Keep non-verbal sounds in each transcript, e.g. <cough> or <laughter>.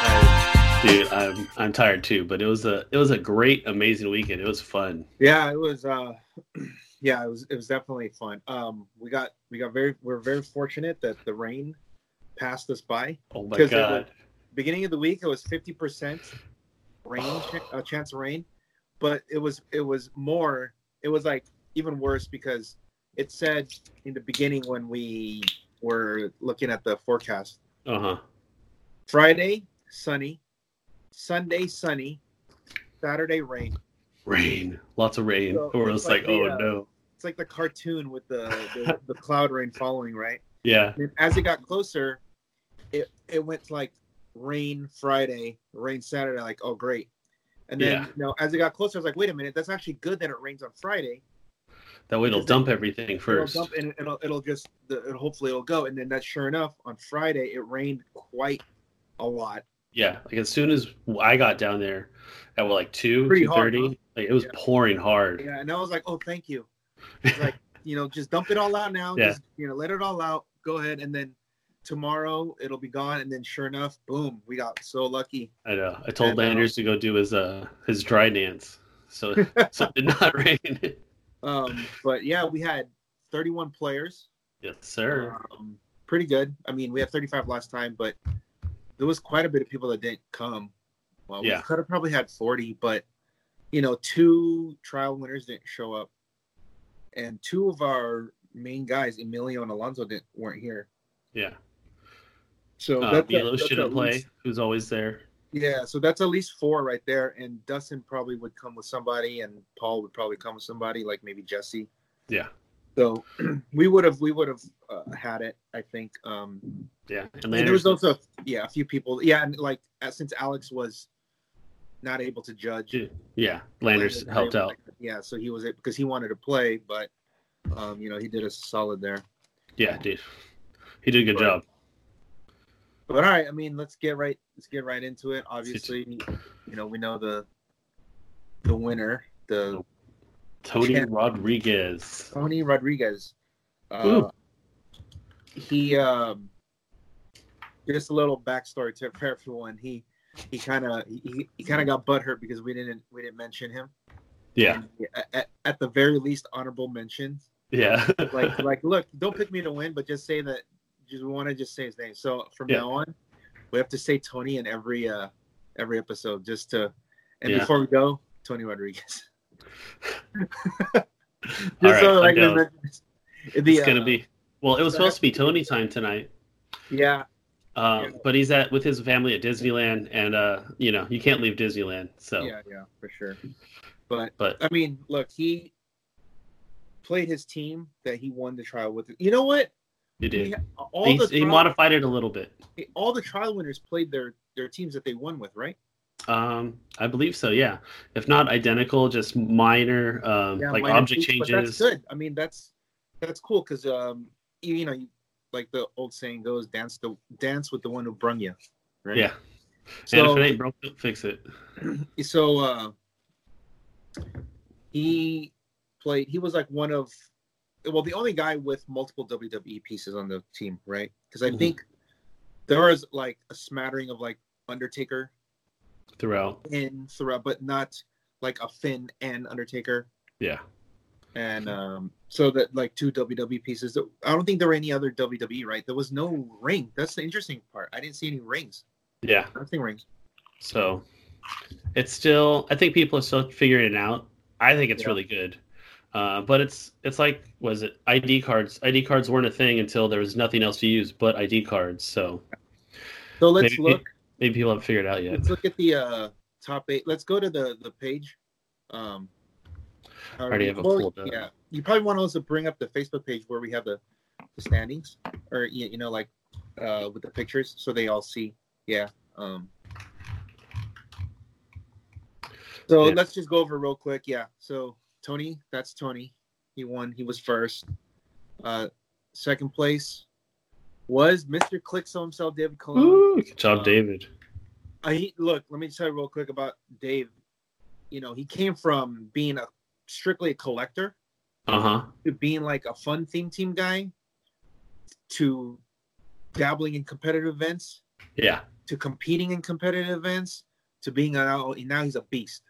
Uh, Dude, I'm I'm tired too, but it was a it was a great, amazing weekend. It was fun. Yeah, it was. Uh, <clears throat> yeah, it was. It was definitely fun. Um, we got we got very we're very fortunate that the rain passed us by. Oh my 'Cause it god. was- Beginning of the week, it was fifty percent rain, ch- uh, chance of rain, but it was it was more. It was like even worse because it said in the beginning when we were looking at the forecast Uh huh. Friday sunny, Sunday sunny, Saturday rain. Rain. Lots of rain. So, We're it's just like, like the, oh uh, no. It's like the cartoon with the the, the cloud rain following, right? Yeah. And as it got closer, it it went to like rain Friday, rain Saturday. Like, oh great. And then Yeah. you know, as it got closer, I was like, wait a minute, that's actually good that it rains on Friday. That way it'll is it- dump everything first. It'll dump and it'll it'll just the, it'll, hopefully it'll go. And then that sure enough, on Friday it rained quite a lot. Yeah. Like as soon as I got down there at what, like two, Pretty two hard, huh? thirty, like it was Yeah. pouring hard. Yeah, and I was like, oh thank <laughs> you. It's like you know, just dump it all out now. Yeah. Just you know, let it all out. Go ahead, and then tomorrow it'll be gone. And then sure enough, boom, we got so lucky. I know. I told I know. Landers to go do his uh his dry dance. So so it did not <laughs> rain. Um, but yeah, we had 31 players. yes, sir. Um, pretty good. I mean, we had 35 last time, but there was quite a bit of people that didn't come. Well, Yeah. we could have probably had 40, but you know, two trial winners didn't show up, and two of our main guys, Emilio and Alonso, didn't weren't here. yeah. So uh, Oh, that's a- Milo that's shouldn't at play, least- who's always there. Yeah, so that's at least four right there, and Dustin probably would come with somebody, and Paul would probably come with somebody, like maybe Jesse. Yeah. So <clears throat> we would have we would have uh, had it, I think. Um, Yeah. And and there was Landers also yeah a few people, yeah, and like uh, since Alex was not able to judge, yeah, Landers Landon helped out. Graham, yeah, so he was it because he wanted to play, but um, you know he did us solid there. Yeah, dude. He did a Right. good job. But all right, I mean, let's get right let's get right into it. Obviously, you know we know the the winner, the Tony Yeah. Rodriguez. Tony Rodriguez. Uh, he um, just a little backstory to for everyone. He he kind of he, he kind of got butthurt because we didn't we didn't mention him. Yeah. At- At, at the very least, honorable mentions. Yeah. <laughs> Like like look, don't pick me to win, but just say that. Just we want to just say his name. So from Yeah. now on, we have to say Tony in every uh every episode just to. And Yeah. before we go, Tony Rodriguez. <laughs> <laughs> just All right, I'm like, we down. mentioned- the, it's gonna uh, be well, it was so supposed to be Tony time tonight. <laughs> Yeah, Um, Yeah. but he's at with his family at Disneyland and uh, you know, you can't leave Disneyland. So yeah, yeah, for sure. But but I mean, look, he played his team that he won the trial with. You know what? he did. He- all He, the he trial, modified it a little bit. all the trial winners played their their teams that they won with, right? Um, I believe so, yeah. If not identical, just minor um like minor object tweaks, changes. But that's good. I mean, that's that's cool because um, you, you know, you, like the old saying goes, dance the dance with the one who brung you, right? Yeah. and So- if it ain't broke, don't fix it. so uh he played he was like one of well the only guy with multiple wwe pieces on the team right because i Mhm. think there was like a smattering of like undertaker Throughout. in throughout but not like a finn and undertaker Yeah. and um so that like two wwe pieces i don't think there were any other wwe right there was no ring that's the interesting part i didn't see any rings Yeah. nothing rings So it's still I think people are still figuring it out. I think it's Yeah. really good. Uh, but it's it's like was it ID cards? ID cards weren't a thing until there was nothing else to use but ID cards. So so let's Maybe- look maybe people haven't figured it out yet. Let's look at the uh, top eight. Let's go to the the page. Um, I already have it pulled up. Yeah, you probably want to also bring up the Facebook page where we have the, the standings, or you, you know, like uh, with the pictures, so they all see. Yeah. Um, so Yeah. let's just go over real quick. Yeah. So Tony, that's Tony. He won. He was first. Uh, second place was Mr. Clixo himself, David Colon. Ooh, good job, Um, David. I he- look. Let me tell you real quick about Dave. You know, he came from being a strictly a collector Uh huh. to being like a fun theme team guy to dabbling in competitive events Yeah. to competing in competitive events to being now now he's a beast.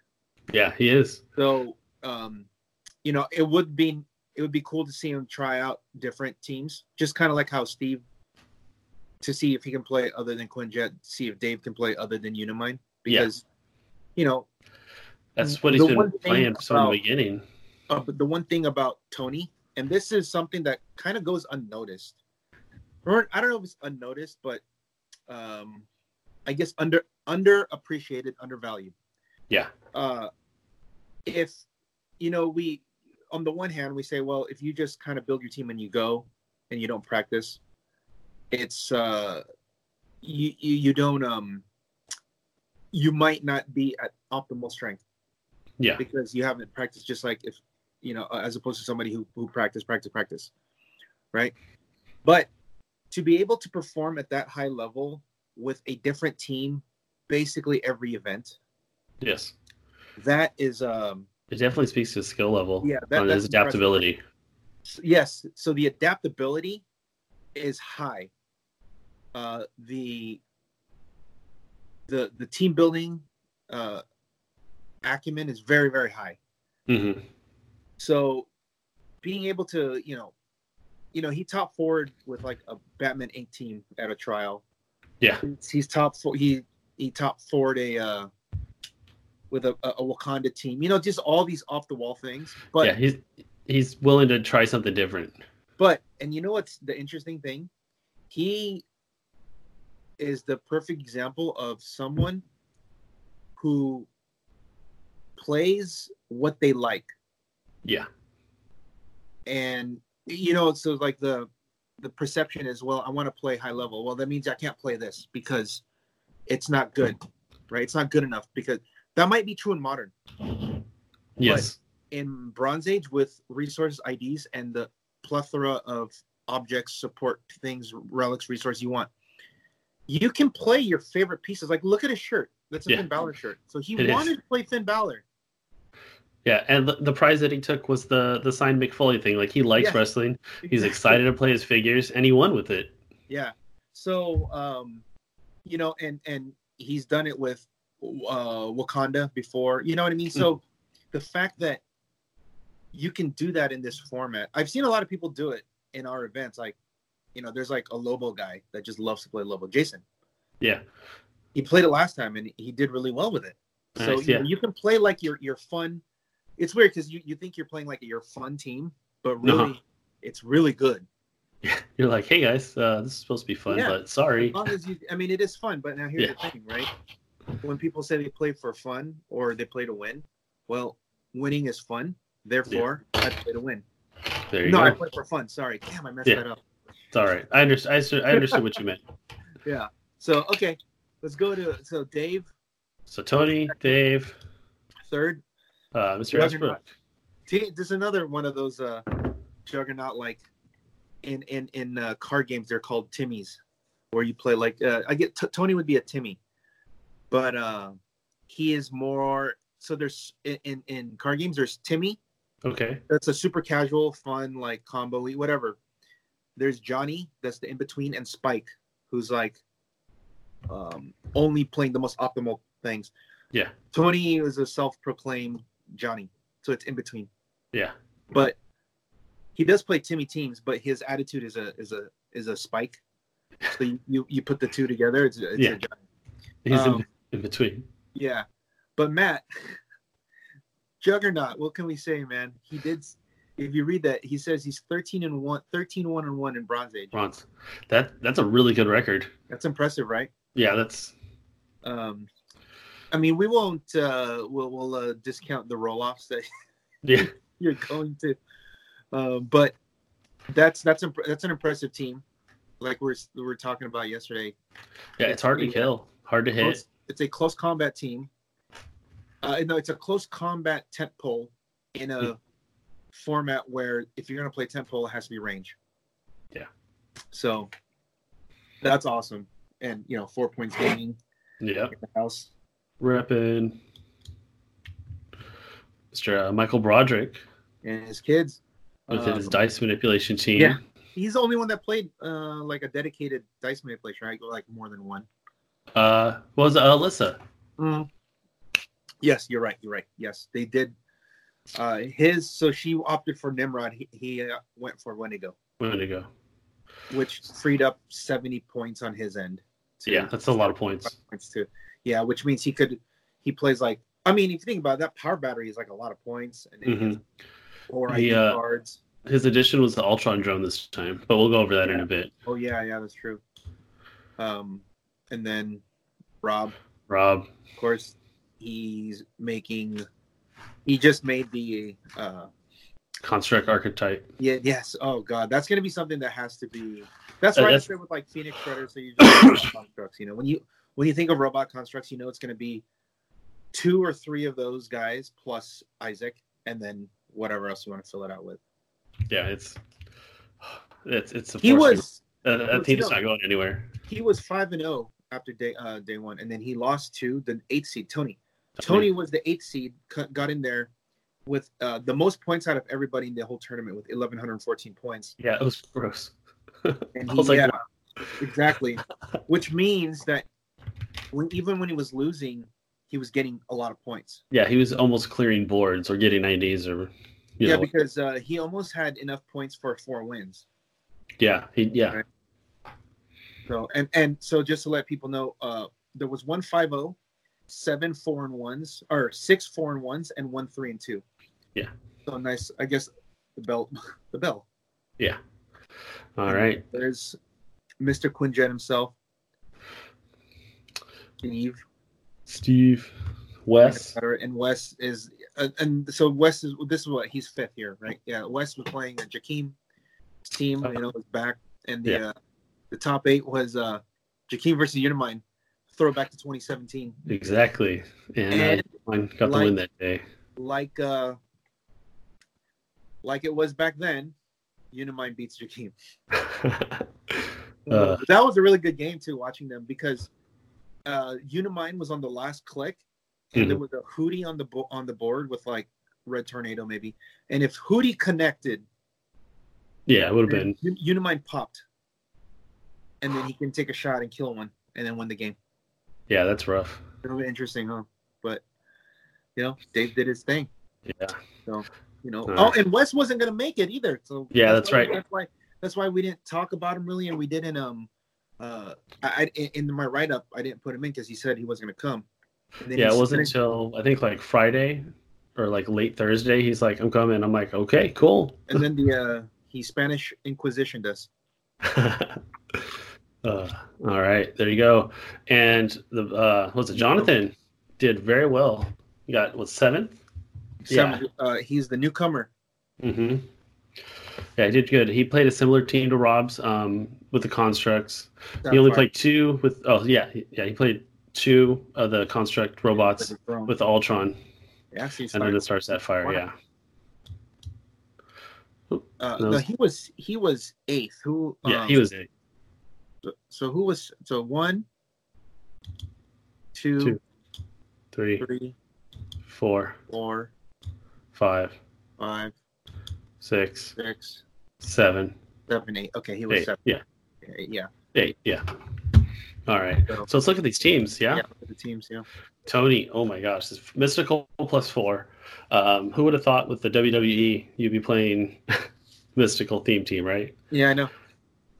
Yeah, he is. So um, you know, it would be it would be cool to see him try out different teams, just kind of like how Steve to see if he can play other than Quinjet, see if Dave can play other than Unimind because you know That's what he's The been one thing playing from about- the beginning. Uh, but the one thing about Tony, and this is something that kind of goes unnoticed, or I don't know if it's unnoticed, but um, I guess under underappreciated, undervalued. Yeah. Uh, if you know, we on the one hand we say, well, if you just kind of build your team and you go and you don't practice, it's uh, you you, you don't um, you might not be at optimal strength Yeah. because you haven't practiced just like if you know uh, as opposed to somebody who who practice practice practice right but to be able to perform at that high level with a different team basically every event Yes. that is um It definitely speaks to his skill level Yeah, that- and his that's impressive. adaptability. s- yes so the adaptability is high uh the the the team building uh acumen is very very high hmm So being able to, you know, you know, he top forward with like a Batman Inc. team at a trial. Yeah. He's, he's top four. He he top forward a uh, with a, a Wakanda team. You know, just all these off the wall things. But yeah, he's he's willing to try something different. but and you know what's the interesting thing? He is the perfect example of someone who plays what they like. Yeah. and you know so like the the perception is well i want to play high level well that means i can't play this because it's not good right it's not good enough because that might be true in modern Yes. in bronze age with resource ids and the plethora of objects support things relics resource you want you can play your favorite pieces like look at his shirt that's a Yeah. Finn Balor shirt. So he It is. wanted to play Finn Balor. Yeah. And the, the prize that he took was the the signed McFoley thing. Like he likes Yes. wrestling. <laughs> He's excited to play his figures and he won with it. yeah so um you know and and he's done it with uh wakanda before you know what i Hmm. mean so the fact that you can do that in this format i've seen a lot of people do it in our events like you know there's like a lobo guy that just loves to play lobo jason Yeah. he played it last time and he did really well with it so Nice, you, know, yeah. you can play like your your fun it's weird because you, you think you're playing like your fun team but No. really it's really good You're like, hey guys, uh, this is supposed to be fun, Yeah. but sorry. As long as you, I mean, it is fun, but now here's the thing, right? When people say they play for fun or they play to win, well, winning is fun. Therefore, I play to win. There you No, I go. play for fun. Sorry, damn, I messed Yeah. that up. It's all right. I understand. I, understood- I understood what you meant. Yeah. So okay, let's go to so Dave So Tony, Dave, third. uh, Mr. Juggernaut. Westbrook. See, This is another one of those uh, juggernaut like in in in uh, card games. They're called Timmies, where you play like uh, I get t- Tony would be a Timmy, but uh, he is more. So there's in, in in card games there's Timmy, Okay. that's a super casual, fun, like combo, e, whatever. There's Johnny, that's the in between, and Spike, who's like um, only playing the most optimal things. Yeah. Tony is a self proclaimed Johnny, so it's in between. Yeah. But he does play Timmy teams, but his attitude is a is a is a Spike. So you you, you put the two together, it's, a- it's Yeah. a Johnny. He's Um, in, in between. Yeah, but Matt, <laughs> Juggernaut. What can we say, man? He did. If you read that, he says he's 13 and one, 13 one and one in Bronze Age. Bronze. That that's a really good record. That's impressive, right? Yeah, that's Um, I mean, we won't. Uh, we'll we'll uh, discount the roll offs that <laughs> yeah. you're going to, uh, but that's that's imp- that's an impressive team. Like we're we were talking about yesterday, Yeah, it's hard to kill, hard to hit. Close- it's a close combat team. Uh, no, it's a close combat tent pole in a format where if you're going to play tent pole, it has to be range. Yeah. So that's awesome. And, you know, four points gaming Yeah. in the house. Repping Mr. uh, Michael Broderick And his kids. with Um, his dice manipulation team. yeah. he's the only one that played uh, like a dedicated dice manipulation, right? Like more than one. Uh, what was it? uh, Alyssa? Yes, you're right. You're right. Yes, they did. Uh, his so she opted for Nimrod. He, he uh, went for Wendigo, Wendigo. which freed up seventy points on his end. to- Yeah, that's a lot of points. points too. Yeah, which means he could. He plays like. I mean, if you think about it, that power battery is like a lot of points and it has four The, ID uh, cards. His addition was the Ultron drone this time, but we'll go over that in a bit. Oh yeah, yeah, that's true. Um, and then Rob, Rob, of course, he's making. He just made the. uh construct archetype. Yeah. Yes. Oh God, that's gonna be something that has to be. That's Uh, right that's- up there with like Phoenix Shredder. So you just think of <coughs> constructs. You know, when you when you think of robot constructs, you know it's gonna be two or three of those guys plus Isaac, and then whatever else you want to fill it out with. Yeah, it's it's it's. A He force. was Uh, that was team is young. not going anywhere. he was five and zero after day uh, day one, and then he lost to the eight seed Tony. Tony was the eight seed, cut- got in there with uh, the most points out of everybody in the whole tournament with eleven hundred and fourteen points. Yeah, it was gross. And I he, was like, yeah, <laughs> exactly. Which means that when even when he was losing, he was getting a lot of points. Yeah, he was almost clearing boards or getting 90s or, you yeah, know, because uh, he almost had enough points for four wins. yeah, he, yeah, Right. So and and so just to let people know, uh, there was one five zero, seven four and ones or six four and ones and one three and two. Yeah. So nice. I guess the bell, <laughs> the bell. yeah. All right, There's Mr. Quinjet himself. Steve. Steve, Wes. better, uh, And Wes is, and, and so Wes is. This is what he's fifth here, right? Yeah, Wes was playing a Jakeem team. You know, was back, and the Yeah. uh, the top eight was uh Jakeem versus Unimind, throwback to 2017. Exactly, and, And uh, John got the like- win that day. <laughs> Like uh, like it was back then, Unimind beats Jakeem. Uh, But that was a really good game too, watching them because uh Unimind was on the last click, and Mhm. there was a Hootie on the bo- on the board with like Red Tornado maybe, and if Hootie connected, yeah, it would have been. Un- Unimind popped, and then he can take a shot and kill one, and then win the game. Yeah, that's rough. It'll be interesting, huh? But you know, Dave did his thing. Yeah, You know, Uh, oh, and Wes wasn't gonna make it either. So Yeah, that's why- right. That's why that's why we didn't talk about him really, and we didn't um uh I, I in my write up I didn't put him in because he said he wasn't gonna come. And then yeah, he it wasn't said- until I think like Friday or like late Thursday. He's like, I'm coming. I'm like, okay, cool. <laughs> And then the uh he Spanish Inquisitioned us. uh, all right, there you go. And the uh, was it Jonathan did very well. He got what seventh? Yeah. Some- uh, he's the newcomer. Mm-hmm. Yeah, he did good. He played a similar team to Rob's um, with the constructs. he only played two with. Oh yeah, he- yeah. He played two of the construct robots with the Ultron yeah, so he's and then the like- Star Sapphire. Yeah. uh, no. no, he was he was eighth. Who Yeah, um, he was eight. So, so who was so one, Two. two, Three, three, four, four, five, five, six, six, seven, seven, eight. Okay, he was eight. seven. Yeah. Okay, Yeah, Eight, yeah. All right. So- So let's look at these teams. Yeah. yeah, for the teams. Yeah, Tony, oh my gosh, this mystical plus four. Um, who would have thought with the WWE you'd be playing <laughs> mystical theme team, right? yeah, I know.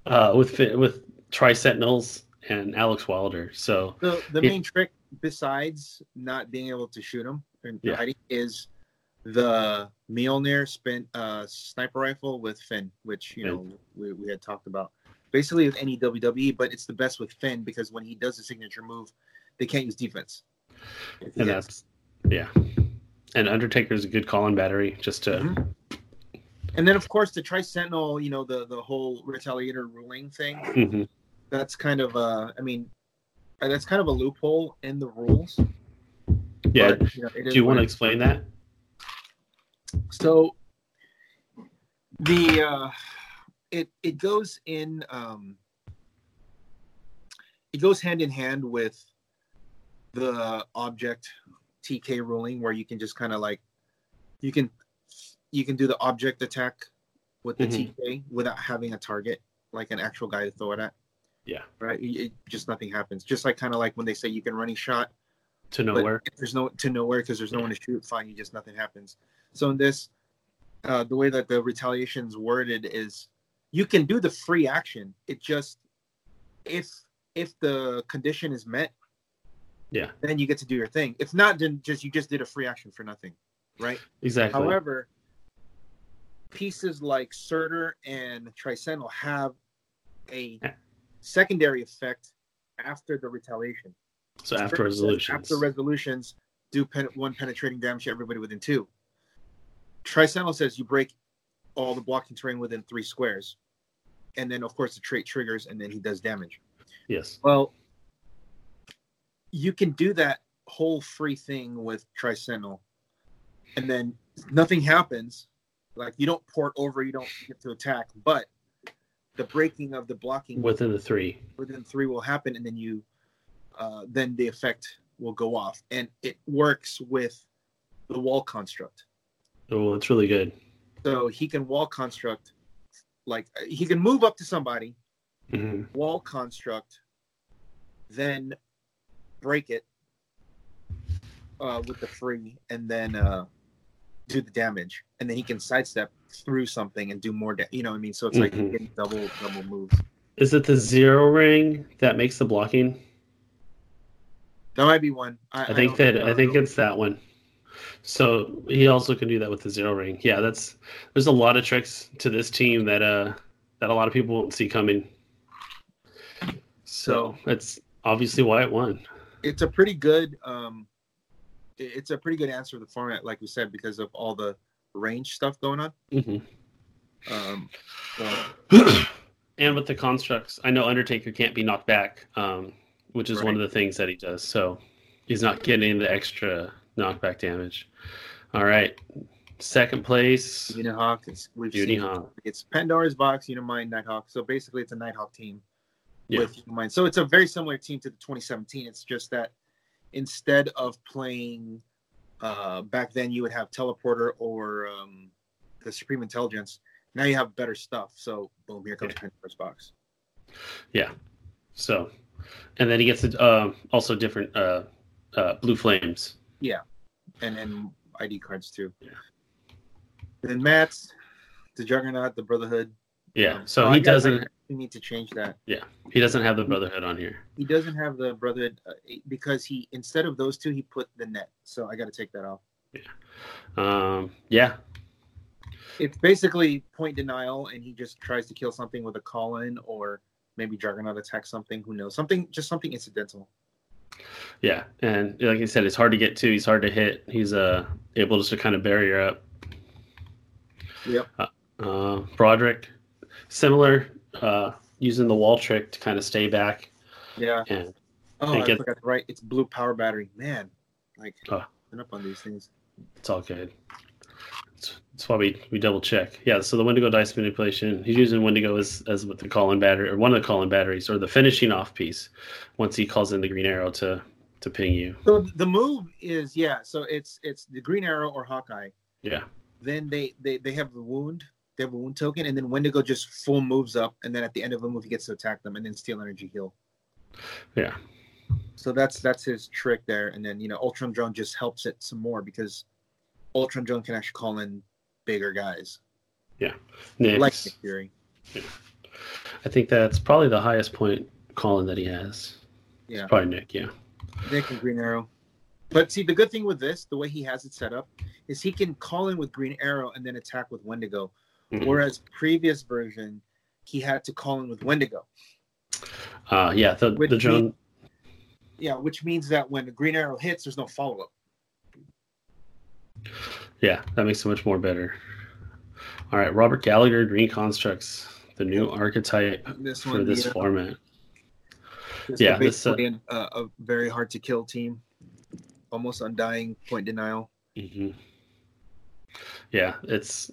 Uh, with Fi- with Tri Sentinels and Alex Wilder. So The the Yeah. main trick besides not being able to shoot him and Yeah. hiding is the Mjolnir spin uh, sniper rifle with Finn, which you know we, we had talked about. Basically, with any WWE, but it's the best with Finn because when he does a signature move, they can't use defense. If he and hits. that's yeah. And Undertaker's a good call on battery just to Mhm. And then, of course, the Tri Sentinel, you know, the the whole retaliator ruling thing. Mhm. That's kind of, uh, I mean, uh, that's kind of a loophole in the rules. Yeah. but, you know, it Do is you what want to it is. explain that? So the uh, it it goes in. Um, it goes hand in hand with the object TK ruling, where you can just kind of like you can you can do the object attack with the Mhm. TK without having a target, like an actual guy to throw it at. Yeah. Right. It, it- just nothing happens. Just like kind of like when they say you can running shot to But nowhere. if there's no to nowhere because there's no one to shoot. Fine, you just nothing happens. So in this, uh, the way that the retaliation's worded is, you can do the free action. It just if if the condition is met, Yeah. then you get to do your thing. If not, then just you just did a free action for nothing, right? exactly. However, pieces like Surtur and Tricental have a Yeah. secondary effect after the retaliation. so after resolutions. After resolutions, do pen- one penetrating damage to everybody within two. Tricental says you break all the blocking terrain within three squares. And then, of course, the trait triggers, and then he does damage. yes. Well, you can do that whole free thing with Tricentinal, and then nothing happens. Like you don't port over, you don't get to attack, but the breaking of the blocking Within the three. within three will happen, and then you, uh, then the effect will go off, and it works with the wall construct. Oh, it's really good. So he can wall construct, like he can move up to somebody, hmm wall construct, then break it uh, with the free, and then uh, do the damage, and then he can sidestep through something and do more. Da- you know what I mean? So it's like he Mhm. can double double moves. Is it the zero ring that makes the blocking? That might be one. I, I think don't- that I think it's that one. So he also can do that with the zero ring. Yeah, that's there's a lot of tricks to this team that uh that a lot of people won't see coming. So that's obviously why it won. it's a pretty good um it- it's a pretty good answer to the format like we said because of all the range stuff going on hmm um so- Mm-hmm. <clears throat> and with the constructs, I know Undertaker can't be knocked back, um, which is one of the things that he does. So he's not getting the extra knockback damage. All right, second place, unihawk is we've Beauty seen Hawk. it's pandora's box unimind nighthawk so basically it's a nighthawk team Yeah. with unimind so it's a very similar team to the 2017 it's just that instead of playing uh back then you would have teleporter or um the supreme intelligence now you have better stuff so boom here comes pandora's box So, and then he gets uh, also different uh, uh, blue flames. and then ID cards too. Yeah. Then Matt's the Juggernaut, the Brotherhood. Yeah. Um, So oh, I he guess I doesn't We need to change that. he doesn't have the Brotherhood on here. He doesn't have the Brotherhood uh, because he instead of those two he put the net. So I got to take that off. Um, yeah. It's basically point denial, and he just tries to kill something with a call in or maybe Juggernaut attacks something. Who knows? Something just something incidental. Yeah. And like I said, it's hard to get to. He's hard to hit. He's uh able just to kind of barrier up. Yep. Uh, Broderick, similar, uh, using the wall trick to kind of stay back. Yeah. And Oh, And I get- forgot to write. It's blue power battery. Man, like Oh. been up on these things. it's all good. That's- That's why we, we double check. Yeah. So the Wendigo dice manipulation, he's using Wendigo as, as with the call in battery or one of the call in batteries or the finishing off piece once he calls in the green arrow to, to ping you. So the move is yeah. So it's it's the Green Arrow or Hawkeye. Yeah. then they they they have the wound. They have a wound token, and then Wendigo just full moves up, and then at the end of the move, he gets to attack them, and then steal energy heal. Yeah. So that's that's his trick there, and then you know Ultron Drone just helps it some more because Ultron Drone can actually call in bigger guys Next. like Nick Fury. I think that's probably the highest point calling that he has. Yeah. Probably Nick, yeah. Nick and Green Arrow. But see, the good thing with this, the way he has it set up, is he can call in with Green Arrow and then attack with Wendigo. Mhm. Whereas previous version, he had to call in with Wendigo. Uh, yeah, the, Which the drone. means- Yeah, which means that when the Green Arrow hits, there's no follow up. Yeah, that makes it much more better. All right, Robert Gallagher, Green Constructs, the new archetype This for one, this yeah, format. this yeah, is this, uh, basically an- a, a very hard to kill team, almost undying point denial. hmm Yeah, it's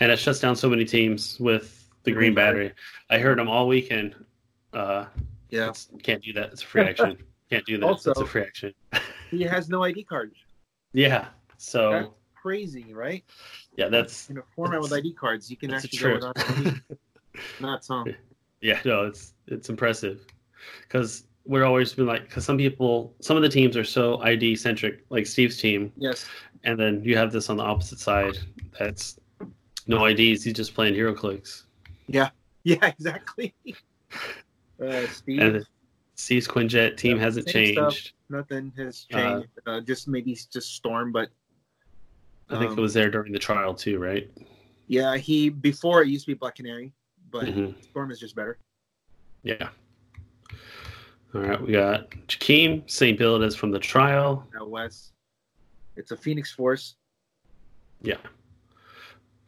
and it shuts down so many teams with the green battery. I heard them all weekend. Uh, Yeah, it's- can't do that. It's <laughs> a free action. Can't do that. Also- it's a free action. he has no ID cards. Yeah. So That's crazy, right? yeah, that's In a format with That's- ID cards, you can that's the actually go truth. without <laughs> ID. Nuts, huh? Yeah, no, it's it's impressive because we're always been like because some people, some of the teams are so ID centric, like Steve's team, Yes. <laughs> and then you have this on the opposite side that's no IDs. He's just playing hero clicks, Yeah. Exactly. <laughs> Uh, Steve, and Steve's Quinjet team Yeah, hasn't same stuff. changed. nothing has Uh, changed. Uh, just maybe it's just Storm, but I think um, it was there during the trial too, right? yeah, he before it used to be Black Canary, but Mhm. Storm is just better. Yeah. All right, we got Jakeem, same build as from the trial. Now Wes, it's a Phoenix Force. Yeah.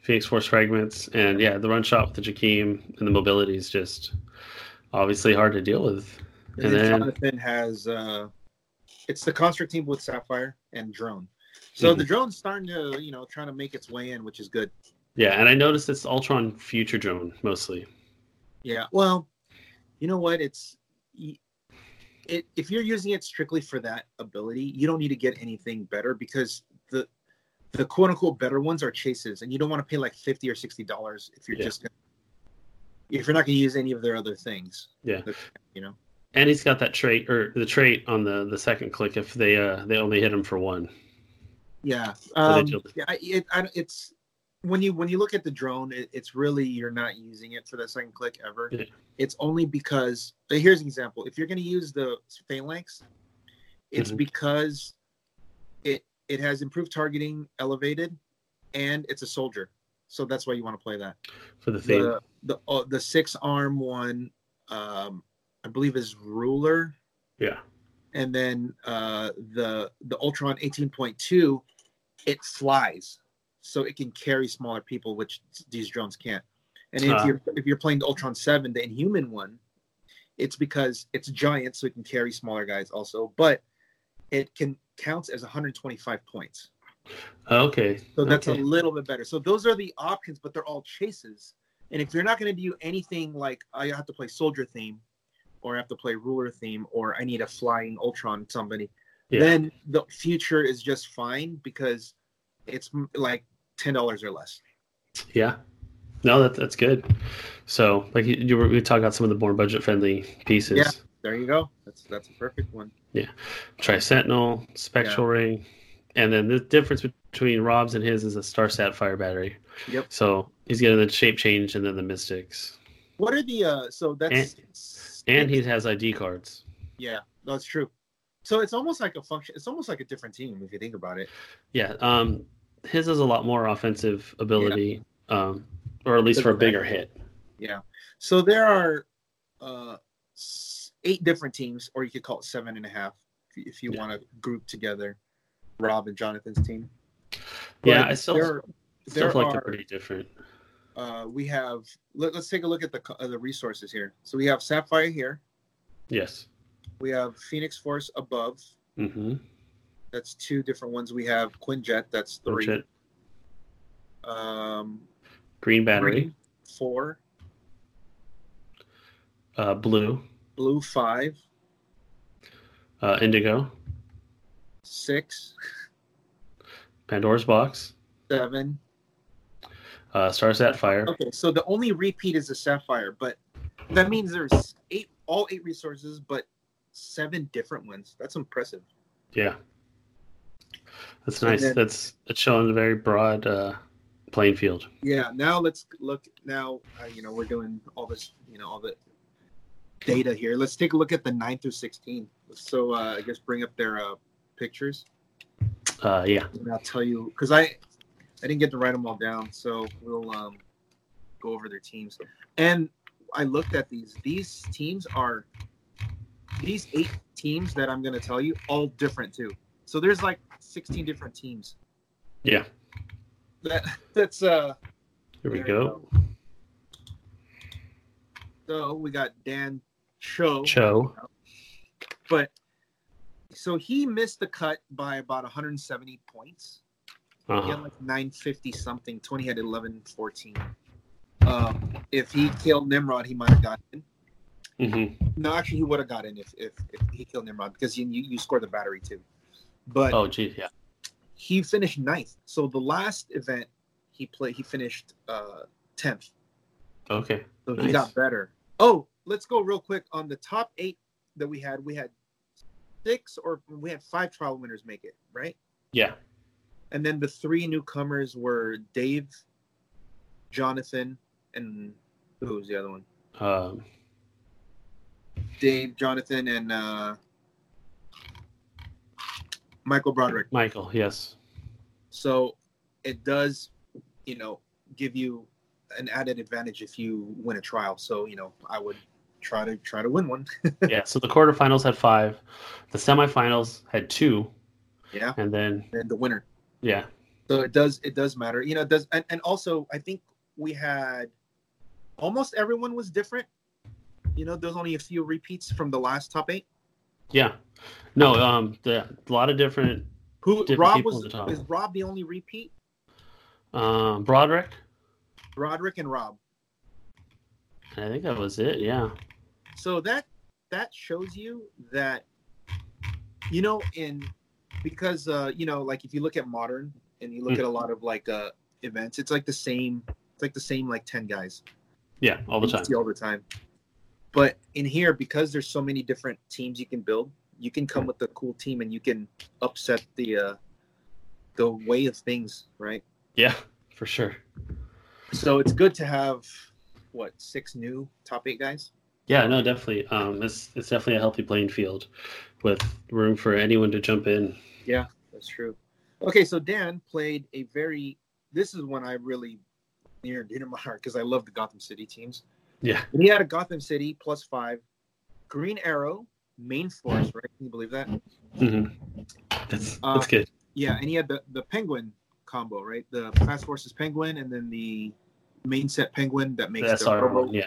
Phoenix Force fragments. And yeah, the run shot with the Jakeem and the mobility is just obviously hard to deal with. And, And then, then- Jonathan has uh, it's the construct team with Sapphire and Drone. So Mm-hmm. the drone's starting to, you know, trying to make its way in, which is good. Yeah, and I noticed it's Ultron Future Drone mostly. Yeah. Well, you know what? It's y- it, if you're using it strictly for that ability, you don't need to get anything better because the the quote unquote better ones are chases, and you don't want to pay like fifty or sixty dollars if you're Yeah. just gonna, if you're not going to use any of their other things. Yeah. You know. And he's got that trait or the trait on the the second click if they uh they only hit him for one. Yeah. Or they Um, do- yeah. I- It, I, it's when you when you look at the drone, it, it's really you're not using it for the second click ever. Yeah. It's only because but here's an example. If you're going to use the phalanx, it's Mhm. because it it has improved targeting, elevated, and it's a soldier. So that's why you want to play that. for the theme. The the uh, the six arm one, um, I believe is ruler yeah. and then uh, the the Ultron 18.2, it flies, so it can carry smaller people, which these drones can't. And if Ah. you're if you're playing the Ultron 7, the Inhuman one, it's because it's giant, so it can carry smaller guys also, but it can counts as 125 points, Oh, Okay. so that's okay. a little bit better. So those are the options, but they're all chases. And if you're not going to do anything like I have to play soldier theme, or I have to play ruler theme, or I need a flying Ultron somebody yeah. then the future is just fine because it's m- like ten dollars or less. Yeah. No, that, that's good. So, like you, you were we talked about some of the more budget friendly pieces. Yeah. There you go. That's that's a perfect one. Trisentinel, Spectral Ring, and then the difference between Rob's and his is a Star Sapphire battery. Yep. So he's getting the shape change and then the Mystics, What are the uh? So that's s- and he has ID cards. yeah, that's true. So it's almost like a function. It's almost like a different team if you think about it. Yeah. Um, his is a lot more offensive ability, um, or at least for a bigger hit. Yeah. So there are uh s- eight different teams, or you could call it seven and a half if you, if you Yeah. want to group together Rob and Jonathan's team. yeah, But I still there- still feel like are- they're pretty different. uh, we have let, us take a look at the co- uh, the resources here. So we have Sapphire here. Yes. We have Phoenix Force above. Mm-hmm. That's two different ones. We have Quinjet. That's three. Um, Green battery, green, four. Uh, blue, Blue five. uh, indigo, Six. Pandora's box, Seven. uh, Star Sapphire. Okay. So the only repeat is the Sapphire, but that means there's eight all eight resources, but seven different ones. That's impressive. Yeah. That's And nice. then- That's it's showing a very broad uh playing field. Yeah. Now let's look. Now uh, you know we're doing all this. You know all the data here. Let's take a look at the nine through sixteen. So uh, I guess bring up their uh, pictures. Uh yeah. and I'll tell you because I I didn't get to write them all down, so we'll um, go over their teams. And I looked at these. These teams are these eight teams that I'm going to tell you all different too. So there's like 16 different teams. Yeah. That <laughs> that's uh. Here we there go. you go. So we got Dan Cho, Cho. but so he missed the cut by about 170 points. He Uh-huh. had like 950 something. Tony had 1114. Um, if he killed Nimrod, he might have gotten in. Mhm. No, actually, he would have gotten if, if if he killed Nimrod because you you, you scored the battery too. But Oh gee, yeah. he finished ninth. So the last event he played, he finished uh tenth. Okay. So he Nice. got better. Oh, let's go real quick on the top eight that we had, we had six or we had five trial winners make it, right? Yeah. And then the three newcomers were Dave, Jonathan, and who was the other one? Um, Dave, Jonathan, and uh, Michael Broderick. Michael, yes. So it does, you know, give you an added advantage if you win a trial. So you know, I would try to try to win one. yeah. So the quarterfinals had five, the semifinals had two, yeah, and then and the winner. yeah, So it does it does matter. You know, it does and, and also I think we had almost everyone was different. You know, there's only a few repeats from the last top eight. yeah. No, um, the, a lot of different. Who Different Rob people was at the top. is Rob the only repeat? Um, Broderick, Roderick and Rob. I think that was it. Yeah. So that that shows you that you know in because uh you know like if you look at modern and you look Mm. at a lot of like uh events, it's like the same it's like the same like ten guys. Yeah, all the you time. see all the time. But in here, because there's so many different teams you can build, you can come with a cool team and you can upset the uh, the way of things, right? Yeah, for sure. So it's good to have what six new top eight guys. Yeah, no, definitely. Um, it's it's definitely a healthy playing field, with room for anyone to jump in. That's true. Okay, so Dan played a very. This is when I really near and dear to my heart because I love the Gotham City teams. Yeah. And he had a Gotham City plus five, Green Arrow, Main Force, right? Can you believe that? hmm That's Uh, that's good. Yeah, and he had the, the penguin combo, right? The fast forces penguin, and then the main set penguin that makes That's the our robo. one. Yeah.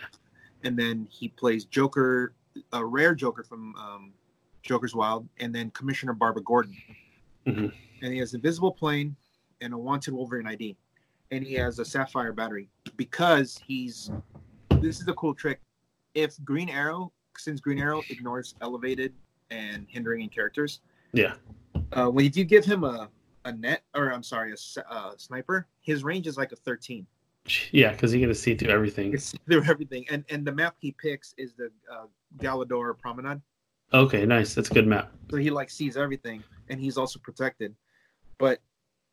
And then he plays Joker, a rare Joker from um, Joker's Wild, and then Commissioner Barbara Gordon. Mhm. And he has invisible plane and a wanted Wolverine ID, and he has a sapphire battery because he's. This is a cool trick. If Green Arrow, since Green Arrow ignores elevated and hindering in characters, Yeah. uh, when if you give him a, a net or I'm sorry, a s- uh, sniper, his range is like a 13. Yeah, because you're gonna see through <laughs> everything. It's through everything, and and the map he picks is the uh, Galador Promenade, Okay, nice. That's a good map. so he like sees everything, and he's also protected. But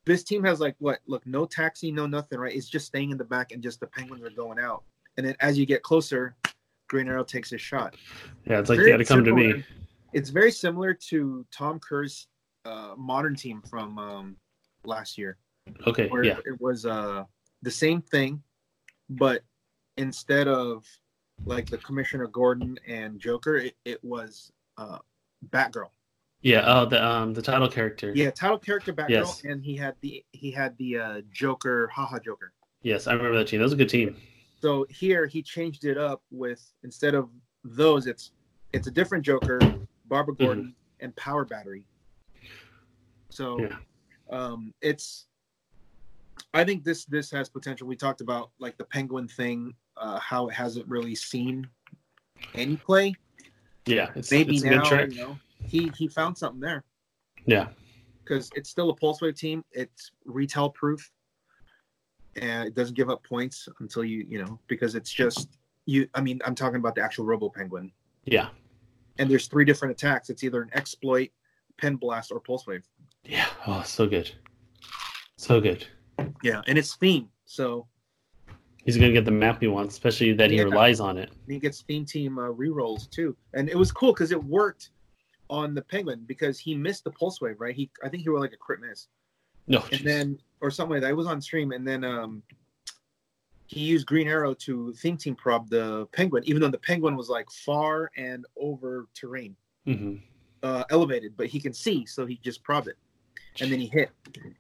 this team has like what? Look, no taxi, no nothing, right? It's just staying in the back, and just the penguins are going out. And then as you get closer, Green Arrow takes his shot. Yeah, it's like Very you got to come to me. similar- It's very similar to Tom Kerr's uh, modern team from um, last year. Okay. where Yeah. it was uh the same thing, but instead of like the Commissioner Gordon and Joker, it, it was uh Batgirl. Yeah. Oh, the um the title character. Yeah, title character Batgirl, Yes. and he had the he had the uh Joker, haha Joker. Yes, I remember that team. That was a good team. So here he changed it up with instead of those, it's it's a different Joker, Mhm. Barbara Gordon, and Power Battery. So Yeah. um it's I think this this has potential. We talked about like the penguin thing, uh how it hasn't really seen any play. Yeah. It's, Maybe it's a good now trick. you know he he found something there Yeah. because it's still a pulse wave team. It's retail proof, and it doesn't give up points until you you know because it's just you. I mean, I'm talking about the actual Robo Penguin, Yeah. and there's three different attacks. It's either an exploit, pen blast, or pulse wave. Yeah. Oh, so good. So good. Yeah, and it's theme, so He's gonna get the map he wants, especially that he Yeah. relies on it. he gets theme team uh, rerolls too. And it was cool because it worked on the Penguin because he missed the pulse wave, right? He I think he were like a crit miss. No. and jeez. then or something like that. It was on stream, and then um, he used Green Arrow to theme team prob the Penguin, even though the Penguin was like far and over terrain, Mhm. uh, elevated, but he can see, so he just probbed it, and then he hit,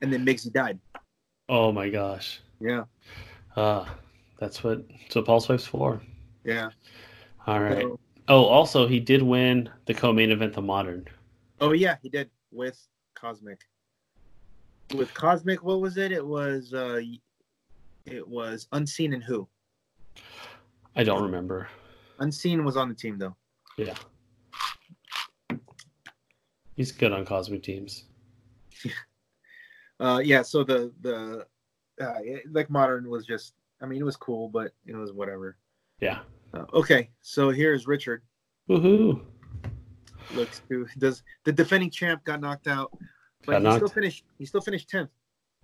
and then Migsy died. Oh my gosh. Yeah, Uh that's what that's what Paul Swipe's for. yeah. All right. So- Oh, also he did win the co-main event, the modern. oh yeah, he did with Cosmic. With Cosmic, what was it? It was uh, it was Unseen and who? I don't remember. Unseen was on the team though. Yeah. He's good on cosmic teams. uh yeah so the the uh, it- like modern was just i mean it was cool but it was whatever Yeah. uh, okay so here's richard Woohoo. looks to does the defending champ got knocked out, but Got he knocked. still finished. He still finished tenth,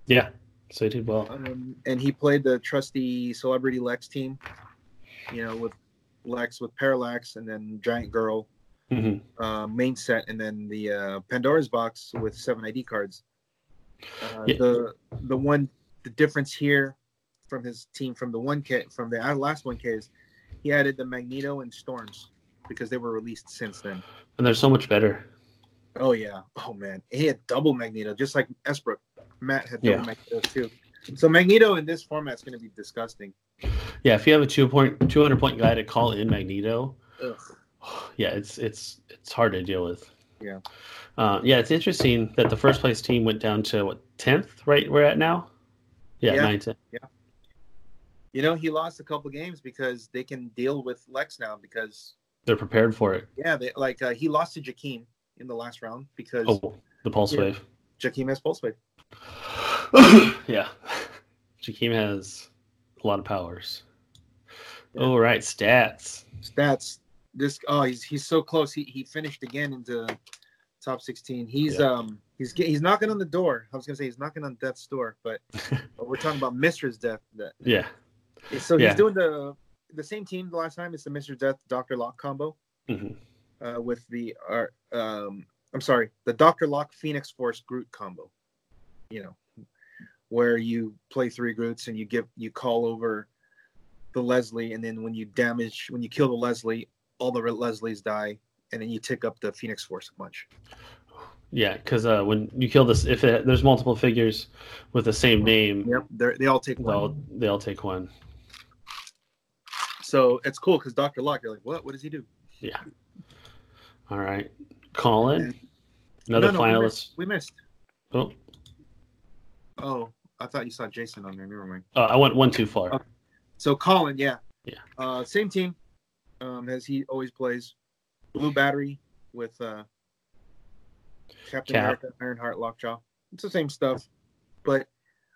Yeah, so he did well. um, and he played the trusty celebrity Lex team. You know, with Lex with Parallax and then Giant Girl hmm uh, main set, and then the uh, Pandora's box with seven ID cards. Uh, Yeah. The the one the difference here from his team from the one K from the last one K is he added the Magneto and Storms because they were released since then. And they're so much better. Oh yeah. Oh man, he had double Magneto, just like Esbrook. Matt had double Yeah. Magneto too. So Magneto in this format is going to be disgusting. Yeah, if you have a two point, 200 point guy to call in Magneto, <sighs> Ugh. yeah, it's it's it's hard to deal with. Yeah. Uh, yeah, it's interesting that the first place team went down to what tenth, right? We're at now. Yeah, Yeah. nine ten. You know, he lost a couple games because they can deal with Lex now because They're prepared for it. yeah, they like uh, he lost to Jakeem in the last round because Oh, the pulse Yeah. wave. <coughs> Jakeem has pulse wave. yeah, Jakeem has a lot of powers. Yeah. All right, stats. Stats. This oh he's he's so close. He he finished again into top sixteen. He's Yeah. um he's get- he's knocking on the door. I was gonna say he's knocking on death's door, <laughs> but, but we're talking about Mistress Death. That Yeah. So Yeah. he's doing the the same team the last time. It's the Mr. Death Doctor Lock combo hmm uh, with the uh, um I'm sorry, the Doctor Lock Phoenix Force Groot combo. You know, where you play three Groots and you give you call over the Leslie, and then when you damage when you kill the Leslie, all the Leslies die, and then you tick up the Phoenix Force a bunch. Yeah, because uh, when you kill this, if it, there's multiple figures with the same name, Yep, they they all take one. well, they all take one. So it's cool because Doctor Lock, you're like, what? What does he do? All right, Colin, No, another no, We finalist. missed. We missed. Oh, Oh, I thought you saw Jason on there. Never mind. uh, I went one too far. Okay. So Colin, yeah, Yeah. uh, same team um, as he always plays. Blue Battery with uh, Captain Cap. America, Ironheart, Lockjaw. It's the same stuff, but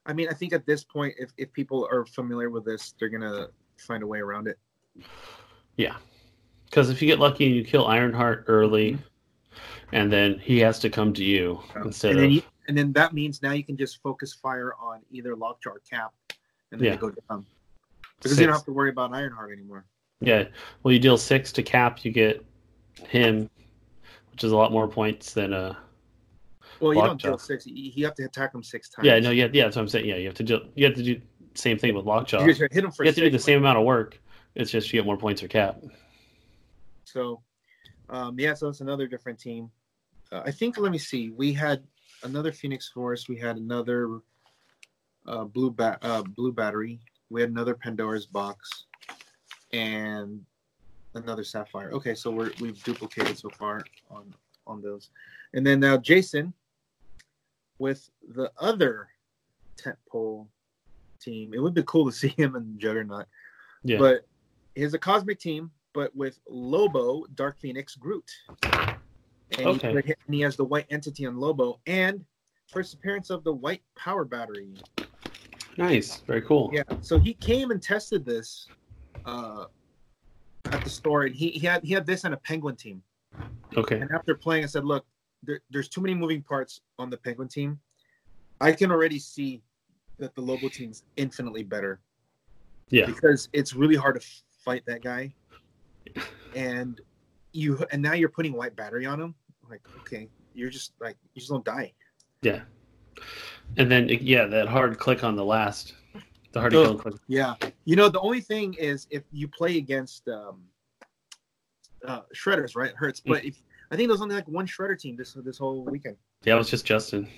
I mean, I think at this point, if if people are familiar with this, they're gonna find a way around it. Yeah. Because if you get lucky and you kill Ironheart early, and then he has to come to you Um, Mm-hmm. instead and, then of. you- and then that means now you can just focus fire on either Lockjaw or Cap, and then Yeah. they go down because you don't Six. have to worry about Ironheart anymore. Yeah. Well, you deal six to cap, you get him, which is a lot more points than. Uh, Well, you don't Lockjaw. deal six; you you have to attack him six times. yeah, no, yeah, yeah, that's what I'm saying. Yeah, you have to do, you have to do same thing with Lockjaw. you You just hit him for have to do six, the same amount of work. It's just you get more points or cap. So, um, yeah, so it's another different team. Uh, I think, let me see, we had another Phoenix Force, we had another uh, Blue, ba- uh, Blue Battery, we had another Pandora's Box, and another Sapphire. Okay, so we're, we've duplicated so far on, on those. And then now Jason with the other tentpole team. It would be cool to see him in Juggernaut. Yeah. But he's a cosmic team, but with Lobo, Dark Phoenix, Groot. And, Okay. he, and he has the white entity on Lobo and first appearance of the white power battery. Nice. Very cool. Yeah. So he came and tested this uh, at the store and he, he had he had this on a penguin team. Okay. And after playing, I said, look, there, there's too many moving parts on the penguin team. I can already see that the Lobo team's infinitely better Yeah. because it's really hard to fight that guy and you and now you're putting white battery on him like okay you're just like you just don't die Yeah. And then, yeah, that hard click on the last. The hard to Oh. kill click. yeah you know the only thing is if you play against um uh shredders right it Mm. hurts but if i think there's only like one shredder team this this whole weekend Yeah, it was just Justin.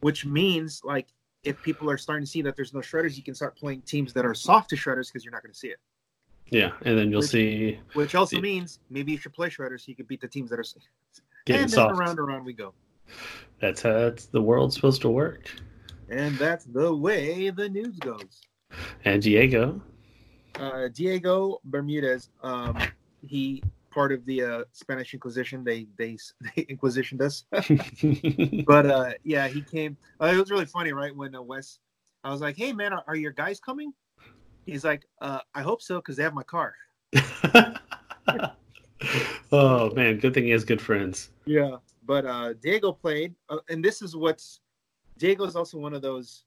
which means like if people are starting to see that there's no shredders you can start playing teams that are soft to shredders because you're not going to see it Yeah. And then you'll Which- see which also Yeah. means maybe you should play shredders so you can beat the teams that are getting and then soft. around around we go That's how that's the world's supposed to work. And that's the way the news goes. And Diego, <laughs> Uh, Diego Bermudez, um, he part of the uh, Spanish Inquisition. They they <laughs> they inquisitioned us, but uh, yeah, he came. Uh, it was really funny, right? When uh, Wes, I was like, "Hey man, are, are your guys coming?" He's like, uh, "I hope so, because they have my car." <laughs> oh man, good thing he has good friends. Yeah, but uh, Diego played, uh, and this is what's Diego is also one of those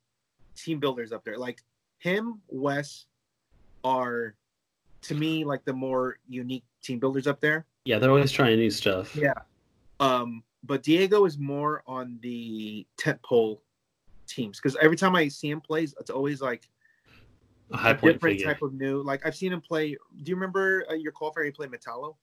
team builders up there. Like him, Wes are to me like the more unique team builders up there. Yeah, they're always trying new stuff. Yeah. Um, but Diego is more on the tentpole teams because every time I see him plays, it's always like a high a point different figure. type of new. Like I've seen him play. Do you remember uh, your call fair? He played Metallo.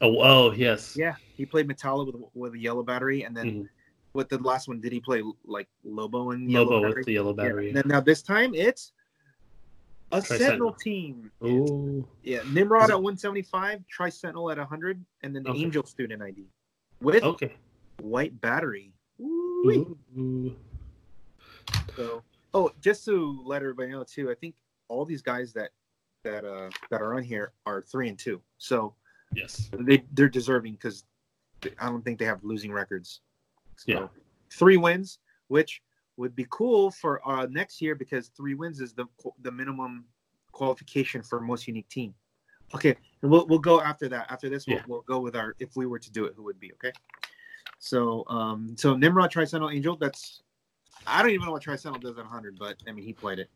Oh, oh yes. Yeah, he played Metallo with with a yellow battery, and then Mhm. with the last one, did he play like Lobo and yellow Lobo battery? with the yellow Yeah, battery. and then now this time it's a Tri-Sentinel. Sentinel team. Ooh. Yeah, Nimrod at 175, Tri Sentinel at 100, and then the Okay. Angel student ID with Okay. white battery. Woo-wee. Ooh. Mm-hmm. So, oh, just to let everybody know too, I think all these guys that that uh that are on here are three and two, so Yes. they they're deserving because I don't think they have losing records. So, Yeah. three wins, which would be cool for uh next year because three wins is the qu- the minimum qualification for most unique team. Okay, and we'll we'll go after that. After this, we'll, Yeah. we'll go with our if we were to do it, who would be okay. So um so Nimrod Tricentinal Angel, that's I don't even know what Tricentinal does at 100, but I mean he played it.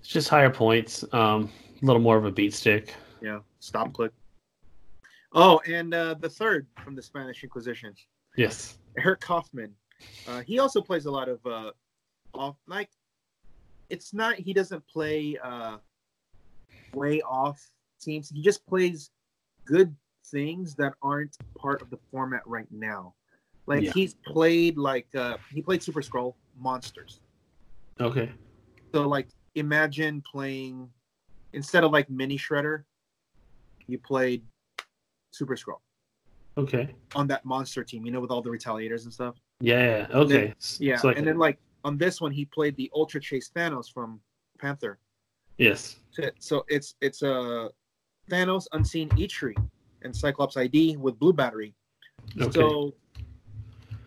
It's just higher points. Um, a little more of a beat stick. Yeah, stop click. Oh, and uh, the third from the Spanish Inquisition. Yes. Eric Kaufman. Uh, he also plays a lot of uh, off like it's not he doesn't play uh, way off teams. He just plays good things that aren't part of the format right now. Like Yeah. he's played like uh, he played Super Scroll monsters. Okay. So like imagine playing instead of like Mini Shredder, you played Super Scroll Okay. on that monster team. You know with all the retaliators and stuff. Yeah. yeah, Okay. S- Yeah, so like- and then like on this one, he played the Ultra Chase Thanos from Panther. yes. So- So it's it's a uh, Thanos Unseen Eitri and Cyclops ID with Blue Battery. Okay. So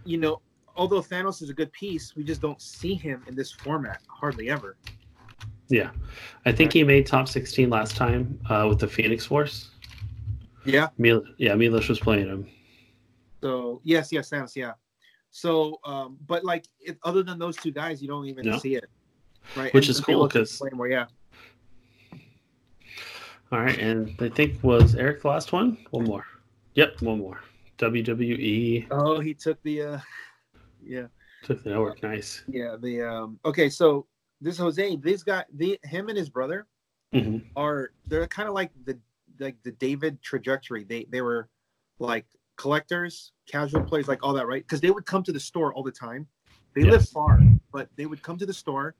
you know, although Thanos is a good piece, we just don't see him in this format hardly ever. yeah. I think he made top 16 last time uh, with the Phoenix Force. Yeah. Mil- yeah, Milos was playing him. So yes, yes, Thanos, yeah. So, um, but like it, other than those two guys, you don't even No. see it, right? Which is they cool look 'cause- way more, yeah, All right, and I think was Eric the last one. One more. Yep, one more. WWE oh, he took the, uh, <laughs> yeah. took the network. Nice. Yeah, the um okay, so this Jose, this guy the him and his brother hmm are they're kind of like the like the David trajectory. They they were like collectors, casual players, like all that, right? Because they would come to the store all the time. They Yeah. live far, but they would come to the store.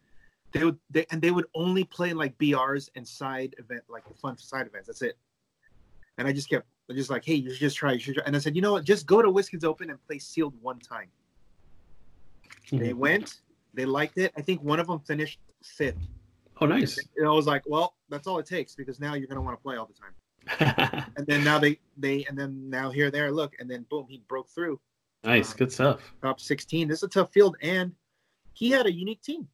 They would they and they would only play like BRs and side event like the fun side events. That's it. And I just kept I just like, hey, you should just try. You should try. And I said, you know what? Just go to Whiskey's Open and play sealed one time. They went. They liked it. I think one of them finished fifth. Oh, nice. <laughs> And I was like, well, that's all it takes because now you're gonna want to play all the time. And then now they they and then now here there look and then boom he broke through nice. Good stuff. top 16. This is a tough field and he had a unique team.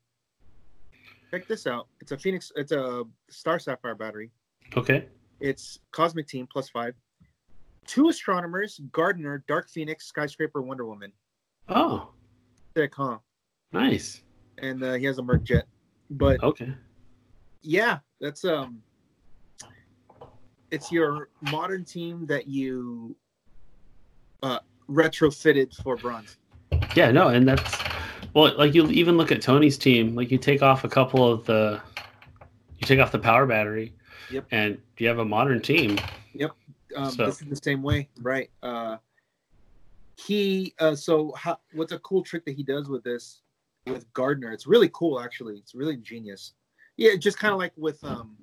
Check this out. It's a Phoenix. It's a Star Sapphire battery. Okay. It's Cosmic Team plus five. Two astronomers, Gardener, Dark Phoenix, Skyscraper, Wonder Woman. Oh, Sick, huh? nice. And uh, he has a Merc Jet. But Okay. yeah that's um it's your modern team that you uh retrofitted for bronze Yeah. No, and that's well. Like you even look at Tony's team. Like you take off a couple of the, you take off the power battery. Yep. And you have a modern team. um So- this is the same way right uh he uh so how, what's a cool trick that he does with this with gardner it's really cool actually it's really genius yeah just kind of like with um